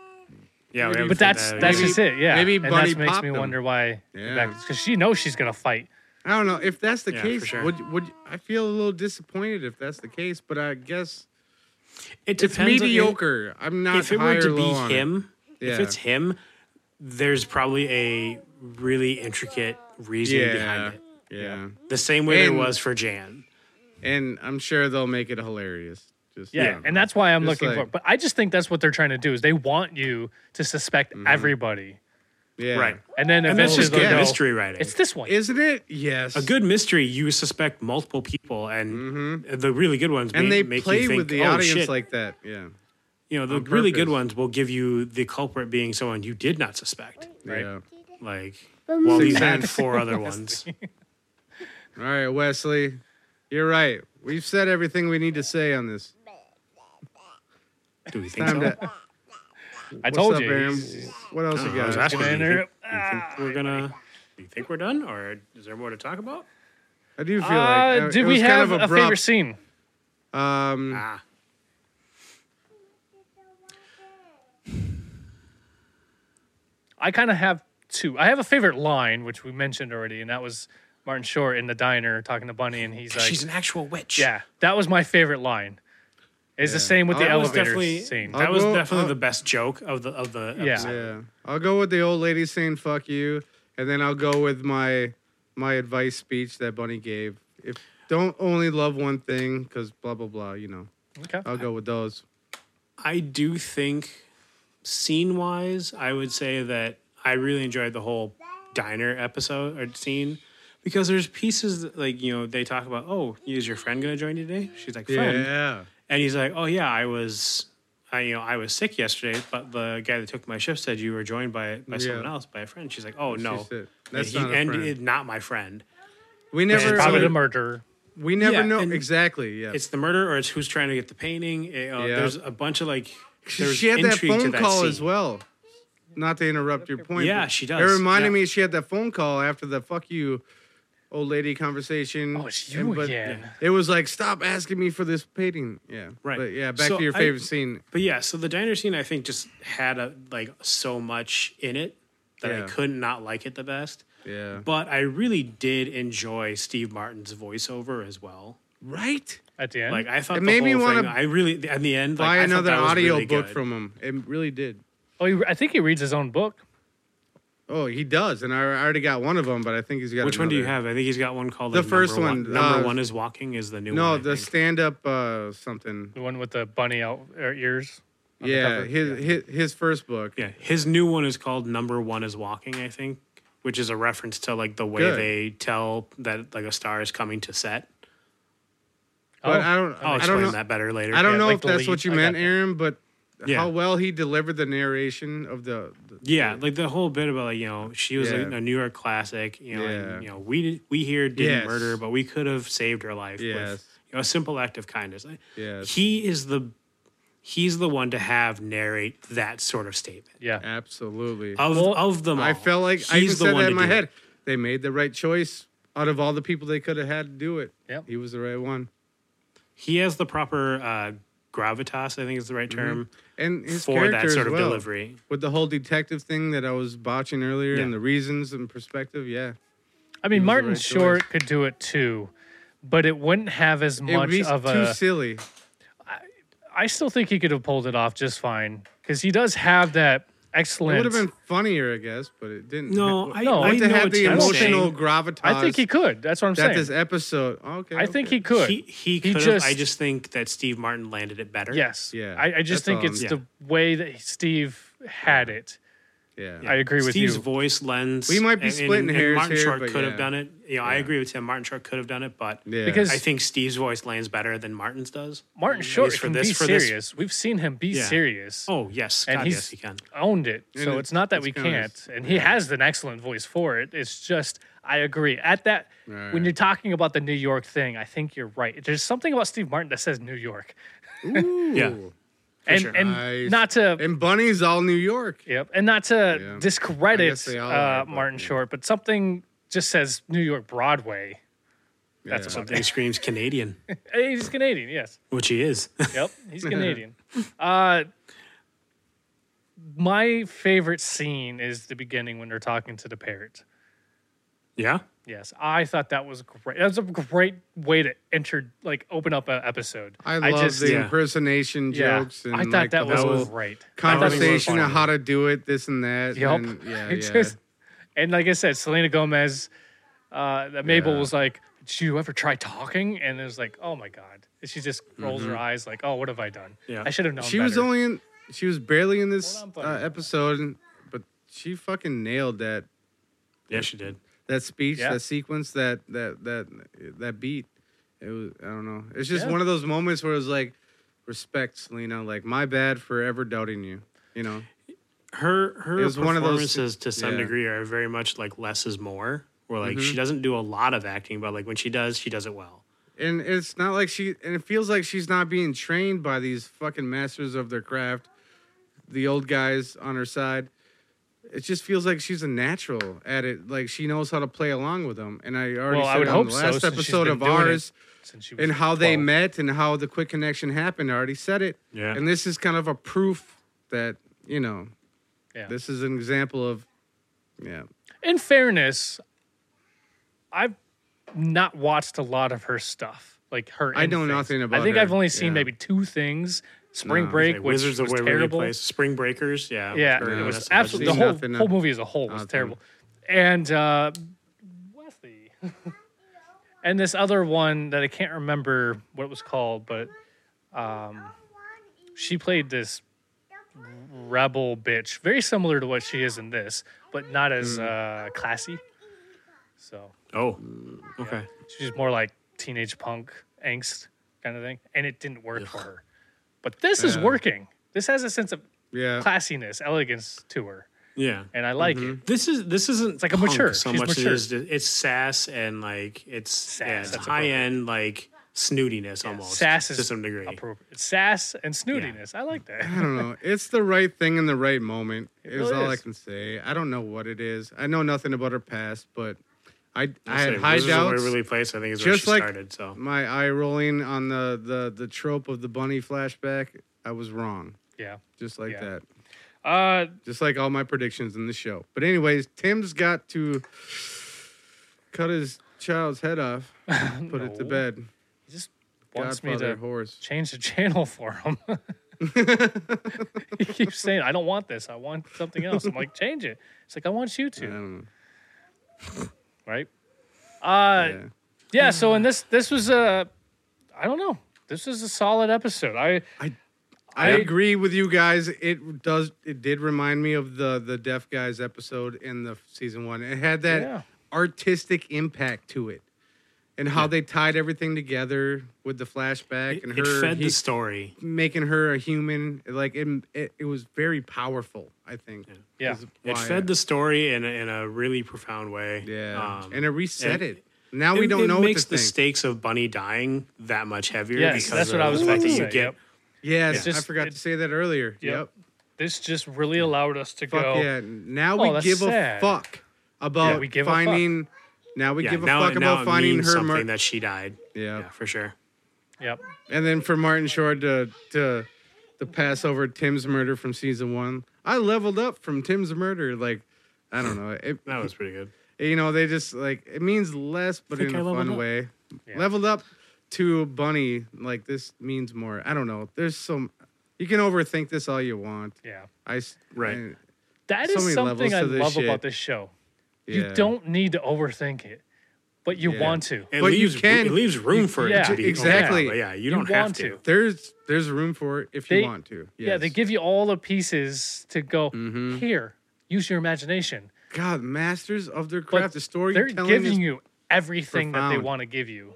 Speaker 3: Yeah, we
Speaker 2: Maybe-
Speaker 3: haven't
Speaker 1: But
Speaker 3: said
Speaker 1: that's
Speaker 3: that.
Speaker 1: that's
Speaker 2: Maybe-
Speaker 1: just it. Yeah.
Speaker 2: maybe
Speaker 1: and
Speaker 2: Bunny
Speaker 1: that makes
Speaker 2: popped
Speaker 1: me
Speaker 2: him.
Speaker 1: wonder why.
Speaker 2: Yeah.
Speaker 1: Because she knows she's gonna fight.
Speaker 2: I don't know if that's the
Speaker 3: Yeah, for
Speaker 2: case.
Speaker 3: sure.
Speaker 2: Would would I feel a little disappointed if that's the case? But I guess
Speaker 3: it
Speaker 2: it's
Speaker 3: depends on-
Speaker 2: mediocre. I'm not
Speaker 3: if it
Speaker 2: high
Speaker 3: were
Speaker 2: or
Speaker 3: to
Speaker 2: low on
Speaker 3: be
Speaker 2: it.
Speaker 3: him, if
Speaker 2: Yeah.
Speaker 3: it's him, there's probably a really intricate reason
Speaker 2: Yeah,
Speaker 3: behind it.
Speaker 2: yeah.
Speaker 3: The same way
Speaker 2: And-
Speaker 3: there was for Jan.
Speaker 2: And I'm sure they'll make it hilarious. Just
Speaker 1: Yeah. And that's why I'm
Speaker 2: Just
Speaker 1: looking for.
Speaker 2: like-
Speaker 1: It. But I just think that's what they're trying to do is they want you to suspect everybody,
Speaker 2: yeah.
Speaker 3: Right.
Speaker 1: and then
Speaker 3: Mm-hmm. And that's
Speaker 1: eventually
Speaker 3: just good
Speaker 1: they'll go,
Speaker 3: mystery writing.
Speaker 1: It's this one.
Speaker 2: Isn't it? Yes.
Speaker 3: a good mystery, you suspect multiple people, and the really good ones.
Speaker 2: Mm-hmm. and
Speaker 3: may-
Speaker 2: they
Speaker 3: make
Speaker 2: play
Speaker 3: you think,
Speaker 2: with the
Speaker 3: "Oh,
Speaker 2: audience
Speaker 3: shit."
Speaker 2: like that. Yeah.
Speaker 3: you know the
Speaker 2: on
Speaker 3: really good
Speaker 2: purpose.
Speaker 3: ones will give you the culprit being someone you did not suspect.
Speaker 1: Right.
Speaker 2: Yeah.
Speaker 3: Like well,
Speaker 2: Six
Speaker 3: you had
Speaker 2: cents.
Speaker 3: four other ones.
Speaker 2: All right, Wesley. You're right. We've said everything we need to say on this.
Speaker 3: Do we think
Speaker 2: Time
Speaker 3: so?
Speaker 2: to,
Speaker 1: I
Speaker 2: what's
Speaker 1: told
Speaker 2: up,
Speaker 1: you. Uh,
Speaker 2: Aaron?
Speaker 1: he's-
Speaker 2: What else you
Speaker 3: I was
Speaker 2: got?
Speaker 3: asking, do you
Speaker 1: Winner.
Speaker 3: think- do you
Speaker 2: Ah,
Speaker 3: think we're gonna? Do you think we're done, or is there more to talk about?
Speaker 2: I do feel like
Speaker 1: Uh,
Speaker 2: I-
Speaker 1: did
Speaker 2: it
Speaker 1: we
Speaker 2: was kind
Speaker 1: have
Speaker 2: of
Speaker 1: a favorite
Speaker 2: abrupt.
Speaker 1: scene?
Speaker 2: Um,
Speaker 3: Ah,
Speaker 1: I kind of have two. I have a favorite line, which we mentioned already, and that was Martin Short in the diner talking to Bunny, and he's like,
Speaker 3: she's an actual witch.
Speaker 1: "Yeah, that was my favorite line." It's the
Speaker 2: Yeah.
Speaker 1: same with the
Speaker 2: That was
Speaker 1: elevator
Speaker 3: definitely-
Speaker 1: scene.
Speaker 2: I'll
Speaker 3: that was
Speaker 2: go-
Speaker 3: definitely
Speaker 2: I'll-
Speaker 3: the best joke of the of the
Speaker 1: Yeah.
Speaker 3: episode.
Speaker 2: uh, yeah, I'll go with the old lady saying "fuck you," and then I'll go with my my advice speech that Bunny gave. If don't only love one thing, because blah blah blah. You know,
Speaker 1: Okay.
Speaker 2: I'll go with those.
Speaker 3: I do think scene wise, I would say that I really enjoyed the whole diner episode or scene because there's pieces that, like you know they talk about oh is your friend gonna join you today? She's like friend,
Speaker 2: Yeah.
Speaker 3: and he's like oh yeah I was. I, you know, I was sick yesterday, but the guy that took my shift said you were joined by, by someone
Speaker 2: Yeah.
Speaker 3: else, by a friend. She's like, "Oh no,
Speaker 2: said, "That's
Speaker 3: he,
Speaker 2: not a
Speaker 3: and
Speaker 2: friend."
Speaker 3: it- not my friend.
Speaker 2: We
Speaker 1: It's
Speaker 2: never
Speaker 1: probably the
Speaker 2: really-
Speaker 1: murderer.
Speaker 2: we never
Speaker 3: Yeah,
Speaker 2: know
Speaker 3: and-
Speaker 2: exactly. Yeah.
Speaker 3: It's the murder, or it's who's trying to get the painting. It, uh,
Speaker 2: Yeah.
Speaker 3: There's a bunch of like, there's
Speaker 2: she had that
Speaker 3: intrigue to
Speaker 2: phone
Speaker 3: that
Speaker 2: call
Speaker 3: scene.
Speaker 2: as well. Not to interrupt your point.
Speaker 3: Yeah,
Speaker 2: but
Speaker 3: she does.
Speaker 2: It reminded
Speaker 3: Yeah.
Speaker 2: me she had that phone call after the "fuck you, old lady" conversation.
Speaker 1: Oh, it's you
Speaker 2: but
Speaker 1: again.
Speaker 2: It was like, stop asking me for this painting. Yeah.
Speaker 3: Right.
Speaker 2: But yeah, back
Speaker 3: So
Speaker 2: to your
Speaker 3: I-
Speaker 2: favorite scene.
Speaker 3: But yeah, so the diner scene I think just had a like so much in it that
Speaker 2: Yeah.
Speaker 3: I could not like it the best.
Speaker 2: Yeah.
Speaker 3: But I really did enjoy Steve Martin's voiceover as well.
Speaker 2: Right.
Speaker 1: At the end,
Speaker 3: Like I thought
Speaker 2: It
Speaker 3: the
Speaker 2: made
Speaker 3: whole
Speaker 2: me wanna
Speaker 3: thing. I really at the end like,
Speaker 2: Buy
Speaker 3: I thought
Speaker 2: another
Speaker 3: that was
Speaker 2: audio
Speaker 3: really
Speaker 2: book
Speaker 3: good.
Speaker 2: from him. It really did.
Speaker 1: oh, he, I think he reads his own book.
Speaker 2: Oh, he does, and I I already got one of them, but I think he's got.
Speaker 3: Which one do you
Speaker 2: another.
Speaker 3: have? I think he's got one called
Speaker 2: The
Speaker 3: like,
Speaker 2: first
Speaker 3: number
Speaker 2: one,
Speaker 3: number
Speaker 2: uh,
Speaker 3: one is walking is the new one.
Speaker 2: No,
Speaker 3: I
Speaker 2: the
Speaker 3: think.
Speaker 2: stand-up uh, something.
Speaker 1: The one with the bunny out or ears. on the
Speaker 2: Yeah,
Speaker 1: cover.
Speaker 2: his, his his first book.
Speaker 3: yeah, his new one is called Number One is Walking. I think, which is a reference to like the way
Speaker 2: Good.
Speaker 3: they tell that like a star is coming to set.
Speaker 2: But
Speaker 1: Oh.
Speaker 2: I don't.
Speaker 3: I'll
Speaker 2: I don't
Speaker 3: explain
Speaker 2: know.
Speaker 3: that better later.
Speaker 2: I don't
Speaker 1: Yeah,
Speaker 2: know
Speaker 1: like
Speaker 2: if
Speaker 1: the
Speaker 2: that's
Speaker 1: lead.
Speaker 2: what you
Speaker 1: I
Speaker 2: meant,
Speaker 1: got that.
Speaker 2: Aaron, but
Speaker 3: Yeah.
Speaker 2: how well he delivered the narration of the. the-
Speaker 3: Yeah, like the whole bit about like you know she was like,
Speaker 2: Yeah.
Speaker 3: a New York classic. You know,
Speaker 2: Yeah.
Speaker 3: and, you know we we here didn't
Speaker 2: Yes.
Speaker 3: murder, but we could have saved her life
Speaker 2: Yes.
Speaker 3: with you know, a simple act of kindness. I-
Speaker 2: Yes.
Speaker 3: He is the he's the one to have narrate that sort of statement
Speaker 1: Yeah.
Speaker 2: absolutely.
Speaker 3: of
Speaker 1: Well,
Speaker 3: of them.
Speaker 2: I
Speaker 3: all,
Speaker 2: felt like I even
Speaker 3: Oh. he's the
Speaker 2: said
Speaker 3: one
Speaker 2: that
Speaker 3: to
Speaker 2: in my
Speaker 3: do it.
Speaker 2: head. They made the right choice out of all the people they could have had to do it.
Speaker 1: Yep.
Speaker 2: He was the right one,
Speaker 3: He has the proper uh, gravitas. I think is the right term
Speaker 2: and Mm-hmm. his
Speaker 3: for
Speaker 2: character
Speaker 3: that
Speaker 2: as
Speaker 3: sort of
Speaker 2: well.
Speaker 3: delivery.
Speaker 2: With the whole detective thing that I was botching earlier, and
Speaker 3: Yeah.
Speaker 2: the reasons and perspective, yeah,
Speaker 1: I mean,
Speaker 2: was the
Speaker 1: Martin
Speaker 2: right choice.
Speaker 1: Short could do it too, but it wouldn't have as
Speaker 2: it would
Speaker 1: much
Speaker 2: be
Speaker 1: of
Speaker 2: too
Speaker 1: a.
Speaker 2: silly.
Speaker 1: I still think he could have pulled it off just fine because he does have that
Speaker 2: It
Speaker 1: excellent.
Speaker 2: would have been funnier, I guess, but it didn't.
Speaker 3: No,
Speaker 2: it,
Speaker 3: I,
Speaker 1: No,
Speaker 3: I
Speaker 1: what
Speaker 2: to
Speaker 3: know
Speaker 2: have
Speaker 3: what
Speaker 2: the
Speaker 3: you're
Speaker 2: emotional
Speaker 3: saying.
Speaker 2: gravitas.
Speaker 3: Uh,
Speaker 1: I think he could. That's what I'm
Speaker 2: that
Speaker 1: saying.
Speaker 2: this episode. Okay,
Speaker 1: I think
Speaker 2: okay.
Speaker 1: he could.
Speaker 3: He he
Speaker 1: He
Speaker 3: could have.
Speaker 1: just-
Speaker 3: I just think that Steve Martin landed it better.
Speaker 1: yes.
Speaker 2: Yeah,
Speaker 1: I, I just
Speaker 2: that's
Speaker 1: think
Speaker 2: all
Speaker 1: it's
Speaker 3: I'm-
Speaker 1: the way that Steve had it.
Speaker 2: Yeah.
Speaker 1: I agree with
Speaker 3: Steve's
Speaker 1: you.
Speaker 3: voice lends.
Speaker 2: We might be
Speaker 3: and-
Speaker 2: splitting
Speaker 3: and,
Speaker 2: hairs
Speaker 3: Martin
Speaker 2: here,
Speaker 3: Short
Speaker 2: but
Speaker 3: could
Speaker 2: yeah.
Speaker 3: have done it. You know, I agree with him. Martin Short could have done it, but
Speaker 2: yeah.
Speaker 1: Because-
Speaker 3: I think Steve's voice lands better than Martin's does.
Speaker 1: Martin
Speaker 3: At
Speaker 1: Short
Speaker 3: least
Speaker 1: can be serious. We've seen him be
Speaker 3: Yeah.
Speaker 1: serious.
Speaker 3: Oh yes,
Speaker 1: And
Speaker 3: God,
Speaker 1: he's-
Speaker 3: yes, he can.
Speaker 1: Owned it.
Speaker 2: And
Speaker 1: So
Speaker 2: it-
Speaker 1: it's, not that
Speaker 2: it's
Speaker 1: we
Speaker 2: kinda
Speaker 1: can't.
Speaker 2: s-
Speaker 1: And he has an excellent voice for it. It's just I agree. At that
Speaker 2: Right.
Speaker 1: when you're talking about the New York thing, I think you're right. There's something about Steve Martin that says New York.
Speaker 2: Ooh.
Speaker 3: Yeah.
Speaker 1: And
Speaker 3: sure.
Speaker 1: and
Speaker 2: Nice.
Speaker 1: not to
Speaker 2: And Bunny's all New York.
Speaker 1: Yep. And not to
Speaker 2: Yeah. I
Speaker 1: discredit
Speaker 2: guess they all
Speaker 1: uh,
Speaker 2: are, but-
Speaker 1: Martin Short, but something just says New York Broadway. That's
Speaker 2: Yeah.
Speaker 1: what
Speaker 3: He screams Canadian,
Speaker 1: Hey, he's Canadian, yes.
Speaker 3: which he is.
Speaker 1: Yep. He's Canadian. uh, my favorite scene is the beginning when they're talking to the parrot.
Speaker 3: yeah.
Speaker 1: Yes, I thought that was great. That was a great way to enter, like, open up an episode.
Speaker 2: I love
Speaker 1: just,
Speaker 2: the
Speaker 3: yeah.
Speaker 2: impersonation
Speaker 1: yeah,
Speaker 2: jokes and
Speaker 1: I thought
Speaker 2: like,
Speaker 1: that
Speaker 2: the
Speaker 1: was
Speaker 2: whole
Speaker 1: great. I thought it was
Speaker 2: conversation
Speaker 1: funny.
Speaker 2: of how to do it, this and that.
Speaker 1: Yup.
Speaker 2: And yeah, yeah.
Speaker 1: It just- and like I said, Selena Gomez, uh, that Mabel
Speaker 2: Yeah.
Speaker 1: was like, "Did you ever try talking?" And it was like, "Oh my god!" And she just rolls her eyes, like, "Oh, what have I done?
Speaker 3: Yeah.
Speaker 1: I should have known."
Speaker 2: Mm-hmm. she was
Speaker 1: better."
Speaker 2: only in. She was barely in this
Speaker 1: Hold on, buddy.
Speaker 2: uh, episode, and- but she fucking nailed that
Speaker 3: Yeah, she did.
Speaker 2: that speech,
Speaker 1: Yeah.
Speaker 2: that sequence, that that that that beat. It was I don't know. It's just
Speaker 1: Yeah.
Speaker 2: one of those moments where it was like, respect, Selena. Like my bad for ever doubting you. You know.
Speaker 3: Her her
Speaker 2: It was
Speaker 3: performances
Speaker 2: one of those-
Speaker 3: to some
Speaker 2: yeah.
Speaker 3: degree are very much like less is more. Where
Speaker 1: Mm-hmm.
Speaker 3: like she doesn't do a lot of acting, but like when she does, she does it well.
Speaker 2: and it's not like she and it feels like she's not being trained by these fucking masters of their craft the old guys on her side it just feels like she's a natural at it like she knows how to play along with them and i already
Speaker 1: Well,
Speaker 2: said
Speaker 1: I would
Speaker 2: on
Speaker 1: hope
Speaker 2: the
Speaker 1: so,
Speaker 2: last
Speaker 1: since she's
Speaker 2: episode
Speaker 1: been
Speaker 2: of
Speaker 1: doing it
Speaker 2: ours
Speaker 1: since she was
Speaker 2: and how they
Speaker 1: 12.
Speaker 2: met and how the quick connection happened i already said it
Speaker 3: Yeah.
Speaker 2: and this is kind of a proof that you know
Speaker 1: Yeah.
Speaker 2: this is an example of yeah
Speaker 1: In fairness, I've not watched a lot of her stuff, like her.
Speaker 2: I
Speaker 1: in
Speaker 2: know
Speaker 1: things.
Speaker 2: nothing
Speaker 1: I
Speaker 2: about
Speaker 1: think
Speaker 2: her,
Speaker 1: I've only seen
Speaker 2: yeah.
Speaker 1: maybe two things: Spring
Speaker 2: No.
Speaker 1: Break,
Speaker 3: Like,
Speaker 1: which
Speaker 3: Wizards of
Speaker 1: was
Speaker 3: Waverly
Speaker 1: terrible.
Speaker 3: Place, Spring Breakers. Yeah,
Speaker 1: Yeah,
Speaker 2: Waverly
Speaker 1: it
Speaker 2: Place.
Speaker 1: was
Speaker 3: That's-
Speaker 1: absolutely the
Speaker 2: I've
Speaker 1: whole
Speaker 2: seen nothing
Speaker 1: whole
Speaker 2: of-
Speaker 1: movie as a whole was
Speaker 2: nothing.
Speaker 1: terrible, and uh, Wesley, and this other one that I can't remember what it was called, but um, she played this rebel bitch, very similar to what she is in this, but not
Speaker 2: Hmm.
Speaker 1: as uh, classy. So
Speaker 3: Oh, okay.
Speaker 1: she's more like teenage punk angst kind of thing, and it didn't work for her. But this is
Speaker 2: Yeah.
Speaker 1: working. This has a sense of
Speaker 2: yeah
Speaker 1: classiness, elegance to her,
Speaker 3: Yeah.
Speaker 1: and I like
Speaker 2: Mm-hmm.
Speaker 1: it.
Speaker 3: This is this isn't
Speaker 1: like a
Speaker 3: punk
Speaker 1: mature.
Speaker 3: so
Speaker 1: She's
Speaker 3: much
Speaker 1: mature.
Speaker 3: as it is it's sass and like it's
Speaker 1: Sass,
Speaker 3: yeah, it's
Speaker 1: that's
Speaker 3: high end like snootiness almost
Speaker 1: Sass
Speaker 3: to
Speaker 1: is
Speaker 3: some degree.
Speaker 1: appropriate. Sass and snootiness. I like
Speaker 2: I
Speaker 1: that.
Speaker 2: don't know. It's the right thing in the right moment. Is
Speaker 1: really
Speaker 2: all
Speaker 1: is.
Speaker 2: I can say. I don't know what it is. I know nothing about her past, but I I
Speaker 3: I'd
Speaker 2: had
Speaker 3: say
Speaker 2: high
Speaker 3: Wizards of
Speaker 2: doubts.
Speaker 3: Waverly Place, I think, is
Speaker 2: Just
Speaker 3: where she
Speaker 2: like-
Speaker 3: started. So
Speaker 2: My eye rolling on the the the trope of the bunny flashback. I was wrong,
Speaker 1: yeah.
Speaker 2: just like
Speaker 1: Yeah.
Speaker 2: that,
Speaker 1: Uh,
Speaker 2: just like all my predictions in the show. But anyways, Tim's got to cut his child's head off, put it to
Speaker 1: No.
Speaker 2: bed.
Speaker 1: he just wants me
Speaker 2: Godfather
Speaker 1: to
Speaker 2: horse.
Speaker 1: change the channel for him. he keeps saying, "I don't want this. I want something else." I'm like, "Change it." It's like, "I want you
Speaker 2: I
Speaker 1: to."
Speaker 2: don't know.
Speaker 1: Right? Uh,
Speaker 2: Yeah.
Speaker 1: yeah so in this this was a i don't know this is a solid episode i
Speaker 2: I
Speaker 1: I-
Speaker 2: agree with you guys. It does. It did remind me of the the deaf guys episode in the season one. It had that
Speaker 1: Yeah.
Speaker 2: artistic impact to it, and how they tied everything together with the flashback
Speaker 3: it,
Speaker 2: and
Speaker 3: it
Speaker 2: her
Speaker 3: fed
Speaker 2: he-
Speaker 3: the story.
Speaker 2: making her a human. Like it, it, it was very powerful. I think.
Speaker 1: Yeah.
Speaker 2: is
Speaker 3: It
Speaker 2: why I-
Speaker 3: fed the story in a, in a really profound way.
Speaker 2: yeah,
Speaker 3: Um,
Speaker 2: and it reset
Speaker 3: and-
Speaker 2: it. Now we
Speaker 3: it-
Speaker 2: don't
Speaker 3: it
Speaker 2: know what to
Speaker 3: makes the
Speaker 2: think.
Speaker 3: stakes of Bunny dying that much heavier.
Speaker 1: Yes,
Speaker 3: because
Speaker 1: that's what
Speaker 3: of
Speaker 1: I was
Speaker 3: the
Speaker 1: about
Speaker 3: fact
Speaker 1: to
Speaker 3: that
Speaker 1: say,
Speaker 3: You
Speaker 1: yep.
Speaker 3: get
Speaker 2: yes,
Speaker 1: Yeah.
Speaker 2: I
Speaker 1: Just-
Speaker 2: forgot
Speaker 1: it-
Speaker 2: to say that earlier. Yep.
Speaker 1: this just really allowed us to
Speaker 2: Fuck
Speaker 1: go
Speaker 2: yeah. Now
Speaker 1: Oh,
Speaker 2: we
Speaker 1: that's
Speaker 2: give
Speaker 1: sad.
Speaker 2: a fuck about
Speaker 1: Yeah, we give a fuck.
Speaker 2: finding. Now we
Speaker 3: yeah,
Speaker 2: give a
Speaker 3: now,
Speaker 2: fuck
Speaker 3: now
Speaker 2: about
Speaker 3: it
Speaker 2: finding
Speaker 3: means
Speaker 2: her.
Speaker 3: something
Speaker 2: Mar-
Speaker 3: that she died.
Speaker 2: yeah.
Speaker 3: Yeah, for sure.
Speaker 1: yep
Speaker 2: And then for Martin Short to, to to pass over Tim's murder from season one, I leveled up from Tim's murder. Like, I don't know. It,
Speaker 3: That was pretty good.
Speaker 2: you know, they just like it means less, but
Speaker 3: Think
Speaker 2: in
Speaker 3: I
Speaker 2: a
Speaker 3: leveled
Speaker 2: fun
Speaker 3: up.
Speaker 2: way.
Speaker 1: Yeah.
Speaker 2: Leveled up to Bunny, like this means more. I don't know. There's some. You can overthink this all you want.
Speaker 1: Yeah.
Speaker 2: I s-
Speaker 3: Right.
Speaker 2: I-
Speaker 1: That
Speaker 2: So
Speaker 1: is
Speaker 2: many levels
Speaker 1: something I
Speaker 2: to this
Speaker 1: love
Speaker 2: shit.
Speaker 1: about this show.
Speaker 2: yeah.
Speaker 1: You don't need to overthink it, but you
Speaker 2: Yeah.
Speaker 1: want to.
Speaker 3: It
Speaker 2: But you
Speaker 3: leaves,
Speaker 2: can-
Speaker 3: It leaves room for
Speaker 1: yeah.
Speaker 3: it to be
Speaker 2: Exactly.
Speaker 3: Yeah, but yeah you don't
Speaker 1: You
Speaker 3: have
Speaker 1: want
Speaker 3: to.
Speaker 1: to.
Speaker 2: There's there's room for it if you
Speaker 1: They-
Speaker 2: want to. Yes. Mm-hmm.
Speaker 1: Yeah, they give you all the pieces to go here. Use your imagination.
Speaker 2: God masters of their craft. the story
Speaker 1: They're
Speaker 2: telling
Speaker 1: giving
Speaker 2: is-
Speaker 1: you everything that
Speaker 2: profound.
Speaker 1: they want to give you,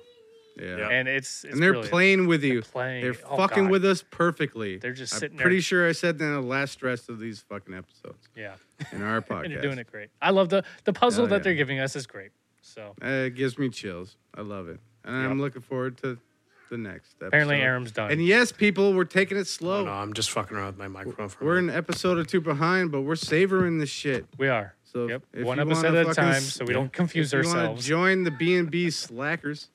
Speaker 2: Yeah.
Speaker 3: Yeah.
Speaker 1: and it's, it's
Speaker 2: And they're
Speaker 1: brilliant.
Speaker 2: playing with you.
Speaker 1: playing-
Speaker 2: They're
Speaker 1: oh,
Speaker 2: fucking
Speaker 1: God.
Speaker 2: with us perfectly.
Speaker 1: They're just
Speaker 2: I'm
Speaker 1: sitting there-
Speaker 2: Pretty sure I said that in the last rest of these fucking episodes
Speaker 1: Yeah,
Speaker 2: in our podcast.
Speaker 1: and they're doing it great. I love the the puzzle
Speaker 2: Hell
Speaker 1: that
Speaker 2: yeah.
Speaker 1: they're giving us is great. So
Speaker 2: Uh, it gives me chills. I love it, and I'm
Speaker 1: Yep.
Speaker 2: looking forward to the next. Episode.
Speaker 1: apparently, Aram's done.
Speaker 2: And yes, people, we're taking it slow.
Speaker 3: No, no, I'm just fucking around with my microphone for a
Speaker 2: We're
Speaker 3: minute.
Speaker 2: an episode or two behind, but we're savoring this shit.
Speaker 1: we are.
Speaker 2: So
Speaker 1: yep,
Speaker 2: if
Speaker 1: one
Speaker 2: you
Speaker 1: episode
Speaker 2: wanna
Speaker 1: at a
Speaker 2: fucking
Speaker 1: time,
Speaker 2: s-
Speaker 1: so we don't confuse
Speaker 2: if you want to
Speaker 1: ourselves
Speaker 2: join the B and B slackers,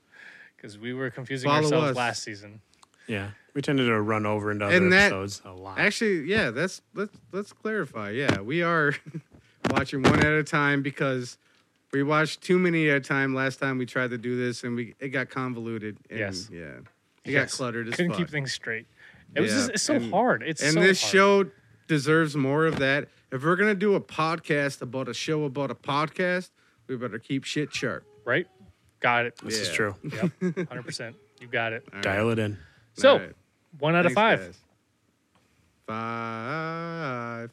Speaker 1: because we were confusing
Speaker 2: follow
Speaker 1: ourselves
Speaker 2: us.
Speaker 1: last season.
Speaker 3: Yeah, we tended to run over into other
Speaker 2: And that-
Speaker 3: episodes a lot.
Speaker 2: actually, yeah, that's let's let's clarify. Yeah, we are watching one at a time because we watched too many at a time last time we tried to do this, and we it got convoluted. And,
Speaker 1: Yes.
Speaker 2: Yeah. It
Speaker 1: Yes.
Speaker 2: got cluttered as
Speaker 1: Couldn't
Speaker 2: fuck.
Speaker 1: keep things straight. It was
Speaker 2: Yeah,
Speaker 1: just, it's so
Speaker 2: and-
Speaker 1: hard. It's
Speaker 2: and
Speaker 1: so
Speaker 2: this
Speaker 1: hard.
Speaker 2: show deserves more of that. If we're gonna do a podcast about a show about a podcast, we better keep shit sharp.
Speaker 1: right? Got it.
Speaker 3: this is
Speaker 2: yeah.
Speaker 3: true.
Speaker 1: Yep, hundred percent. You got it.
Speaker 2: All right.
Speaker 3: Dial it in.
Speaker 1: So
Speaker 2: All right.
Speaker 1: one out of
Speaker 2: Thanks,
Speaker 1: five.
Speaker 2: guys. Five.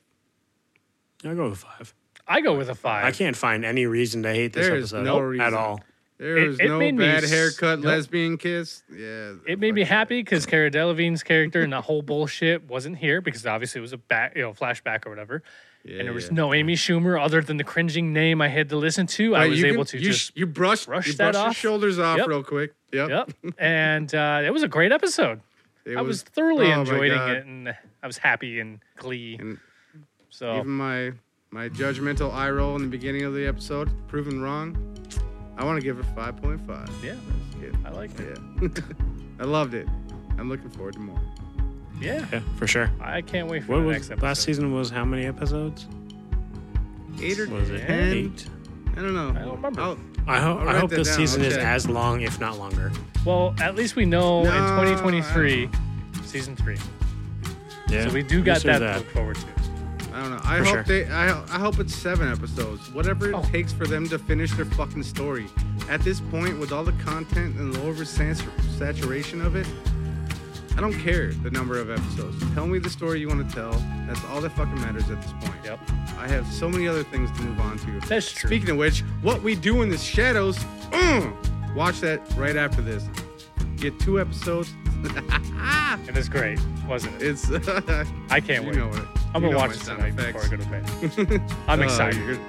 Speaker 3: I'll go with five.
Speaker 1: I go with a five.
Speaker 3: I can't find any reason to hate this
Speaker 2: There is
Speaker 3: episode
Speaker 2: no
Speaker 3: at
Speaker 2: reason.
Speaker 3: all.
Speaker 2: There
Speaker 1: It-
Speaker 2: was
Speaker 1: it
Speaker 2: no
Speaker 1: made me
Speaker 2: bad
Speaker 1: s-
Speaker 2: haircut,
Speaker 1: nope.
Speaker 2: lesbian kiss. Yeah.
Speaker 1: It made me
Speaker 2: fuck
Speaker 1: happy because Cara Delevingne's character and the whole bullshit wasn't here because obviously it was a back, you know, flashback or whatever.
Speaker 2: Yeah,
Speaker 1: and there was
Speaker 2: yeah.
Speaker 1: no Amy Schumer other than the cringing name I had to listen to. I
Speaker 2: But
Speaker 1: was
Speaker 2: you
Speaker 1: able
Speaker 2: can-
Speaker 1: to
Speaker 2: you
Speaker 1: just
Speaker 2: sh- you brush
Speaker 1: brush
Speaker 2: you
Speaker 1: that
Speaker 2: brush your
Speaker 1: off.
Speaker 2: shoulders off
Speaker 1: Yep.
Speaker 2: real quick. Yep.
Speaker 1: yep. and uh, it was a great episode.
Speaker 2: It
Speaker 1: I was, thoroughly
Speaker 2: oh my
Speaker 1: enjoying
Speaker 2: God.
Speaker 1: it, and I was happy and glee.
Speaker 2: And
Speaker 1: so
Speaker 2: Even my my judgmental eye roll in the beginning of the episode, proven wrong. I want to give it 5.5.
Speaker 1: yeah,
Speaker 2: Yeah.
Speaker 1: I liked it.
Speaker 2: Yeah. I loved it. I'm looking forward to more.
Speaker 1: Yeah,
Speaker 3: Yeah, for sure.
Speaker 1: I can't wait for
Speaker 3: What
Speaker 1: the
Speaker 3: was
Speaker 1: next episode.
Speaker 3: last season? Was how many episodes?
Speaker 2: Eight or
Speaker 3: Was it
Speaker 2: ten?
Speaker 3: eight?
Speaker 2: I don't know.
Speaker 1: I don't remember.
Speaker 2: I'll-
Speaker 3: I hope.
Speaker 2: I'll
Speaker 3: I
Speaker 2: write
Speaker 3: hope
Speaker 2: that
Speaker 3: this
Speaker 2: down.
Speaker 3: season is
Speaker 2: Okay.
Speaker 3: as long, if not longer.
Speaker 1: Well, at least we know
Speaker 2: No,
Speaker 1: in 2023, season three.
Speaker 3: Yeah,
Speaker 1: So we do got
Speaker 3: Just there's
Speaker 1: that, to look forward to.
Speaker 2: I don't know. I
Speaker 3: For
Speaker 2: hope
Speaker 3: sure.
Speaker 2: they. I, I hope it's seven episodes. Whatever it
Speaker 1: Oh.
Speaker 2: takes for them to finish their fucking story. At this point, with all the content and the oversaturation of it, I don't care the number of episodes. Tell me the story you want to tell. That's all that fucking matters at this point.
Speaker 1: Yep.
Speaker 2: I have so many other things to move on to.
Speaker 1: That's true.
Speaker 2: Speaking of which, what we do in the shadows. mm, watch that right after this. Get two episodes.
Speaker 1: It was great, wasn't it?
Speaker 2: It's.
Speaker 1: I can't
Speaker 2: you
Speaker 1: wait.
Speaker 2: know it.
Speaker 1: I'm gonna
Speaker 2: You know
Speaker 1: watch
Speaker 2: my
Speaker 1: it
Speaker 2: sound
Speaker 1: tonight before I
Speaker 2: effects.
Speaker 1: go to bed. I'm
Speaker 2: Oh,
Speaker 1: excited.
Speaker 2: you're-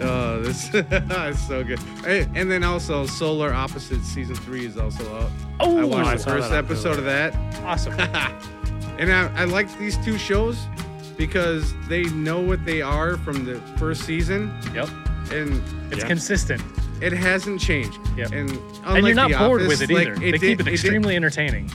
Speaker 2: Oh, this is so good. Hey, And then also, Solar Opposites season three is also out. I
Speaker 1: Oh,
Speaker 2: watched
Speaker 3: I
Speaker 2: the
Speaker 3: saw
Speaker 2: first
Speaker 3: that.
Speaker 2: episode of that,
Speaker 1: Awesome.
Speaker 2: and I, I liked these two shows because they know what they are from the first season,
Speaker 1: yep.
Speaker 2: and
Speaker 1: It's
Speaker 3: Yeah.
Speaker 1: consistent,
Speaker 2: it hasn't changed.
Speaker 1: Yep. and
Speaker 2: And
Speaker 1: you're
Speaker 2: unlike
Speaker 1: not
Speaker 2: The
Speaker 1: bored
Speaker 2: Office,
Speaker 1: with it
Speaker 2: like,
Speaker 1: either. they keep
Speaker 2: did-
Speaker 1: it
Speaker 2: did-
Speaker 1: extremely entertaining.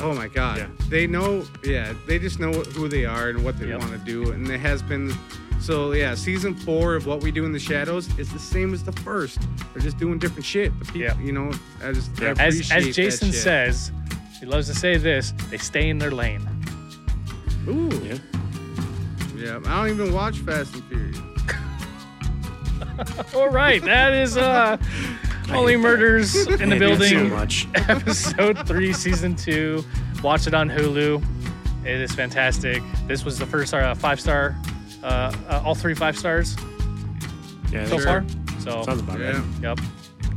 Speaker 2: Oh my god.
Speaker 3: Yeah.
Speaker 2: They know yeah, they just know who they are and what they
Speaker 1: Yep.
Speaker 2: want to do and it has been so yeah, season 4 of what we do in the shadows is the same as the first. They're just doing different shit. The people,
Speaker 1: Yep.
Speaker 2: you know, I just I
Speaker 3: Yeah.
Speaker 1: As
Speaker 2: appreciate
Speaker 1: as
Speaker 2: that
Speaker 1: Jason
Speaker 2: shit.
Speaker 1: says, he loves to say this. They stay in their lane.
Speaker 2: Ooh.
Speaker 3: Yeah.
Speaker 2: Yeah. I don't even watch Fast and Furious.
Speaker 1: All right, that is uh, only
Speaker 3: that.
Speaker 1: murders in the
Speaker 3: Maybe it's
Speaker 1: building.
Speaker 3: Too much.
Speaker 1: episode three, season two. Watch it on Hulu. It is fantastic. This was the first uh, five star, uh, uh, all three five stars
Speaker 3: Yeah,
Speaker 1: so
Speaker 3: sure.
Speaker 1: far. So,
Speaker 3: Sounds about
Speaker 2: Yeah.
Speaker 3: right.
Speaker 1: yep.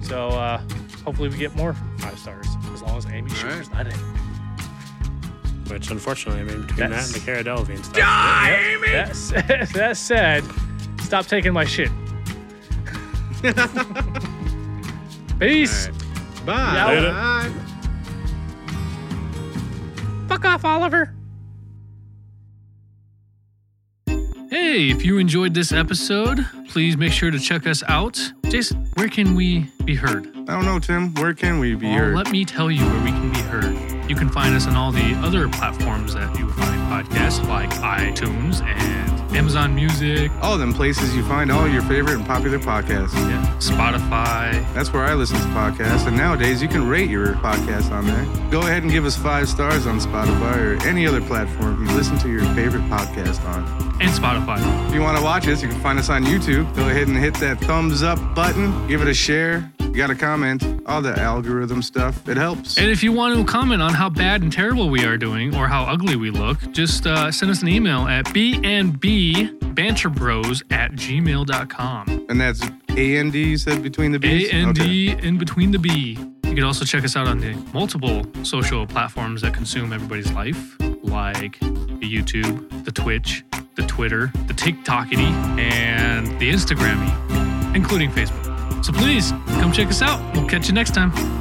Speaker 1: So, uh, hopefully, we get more five stars as long as Amy Schumer's not in. it.
Speaker 3: Which unfortunately, I mean, between
Speaker 1: That's-
Speaker 3: that and the Cara Delevingne stuff.
Speaker 1: That, s- that said, stop taking my shit. Peace.
Speaker 2: All right.
Speaker 1: Yeah.
Speaker 2: Bye.
Speaker 3: Later.
Speaker 2: Bye.
Speaker 1: Fuck off, Oliver.
Speaker 4: Hey, if you enjoyed this episode, please make sure to check us out. Jason, where can we be heard?
Speaker 2: I don't know, Tim. Where can we be
Speaker 4: Well,
Speaker 2: heard?
Speaker 4: let me tell you where we can be heard. You can find us on all the other platforms that you find podcasts, like iTunes and
Speaker 1: Amazon Music,
Speaker 2: All them places you find all your favorite and popular podcasts.
Speaker 1: yeah, Spotify.
Speaker 2: That's where I listen to podcasts, and nowadays you can rate your podcast on there. Go ahead and give us five stars on Spotify or any other platform you listen to your favorite podcast on.
Speaker 1: and Spotify.
Speaker 2: If you want to watch us, you can find us on YouTube. Go ahead and hit that thumbs up button, give it a share, you got a comment, all the algorithm stuff. It helps.
Speaker 1: And if you want to comment on how bad and terrible we are doing or how ugly we look, just uh, send us an email at bnbbanterbros at gmail.com.
Speaker 2: And that's A and D you said between the
Speaker 1: A
Speaker 2: B's?
Speaker 1: and
Speaker 2: Okay.
Speaker 1: D in between the B. You can also check us out on the multiple social platforms that consume everybody's life, like the YouTube, the Twitch, the Twitter, the TikTokity, and the Instagrammy, including Facebook. So please come check us out. We'll catch you next time.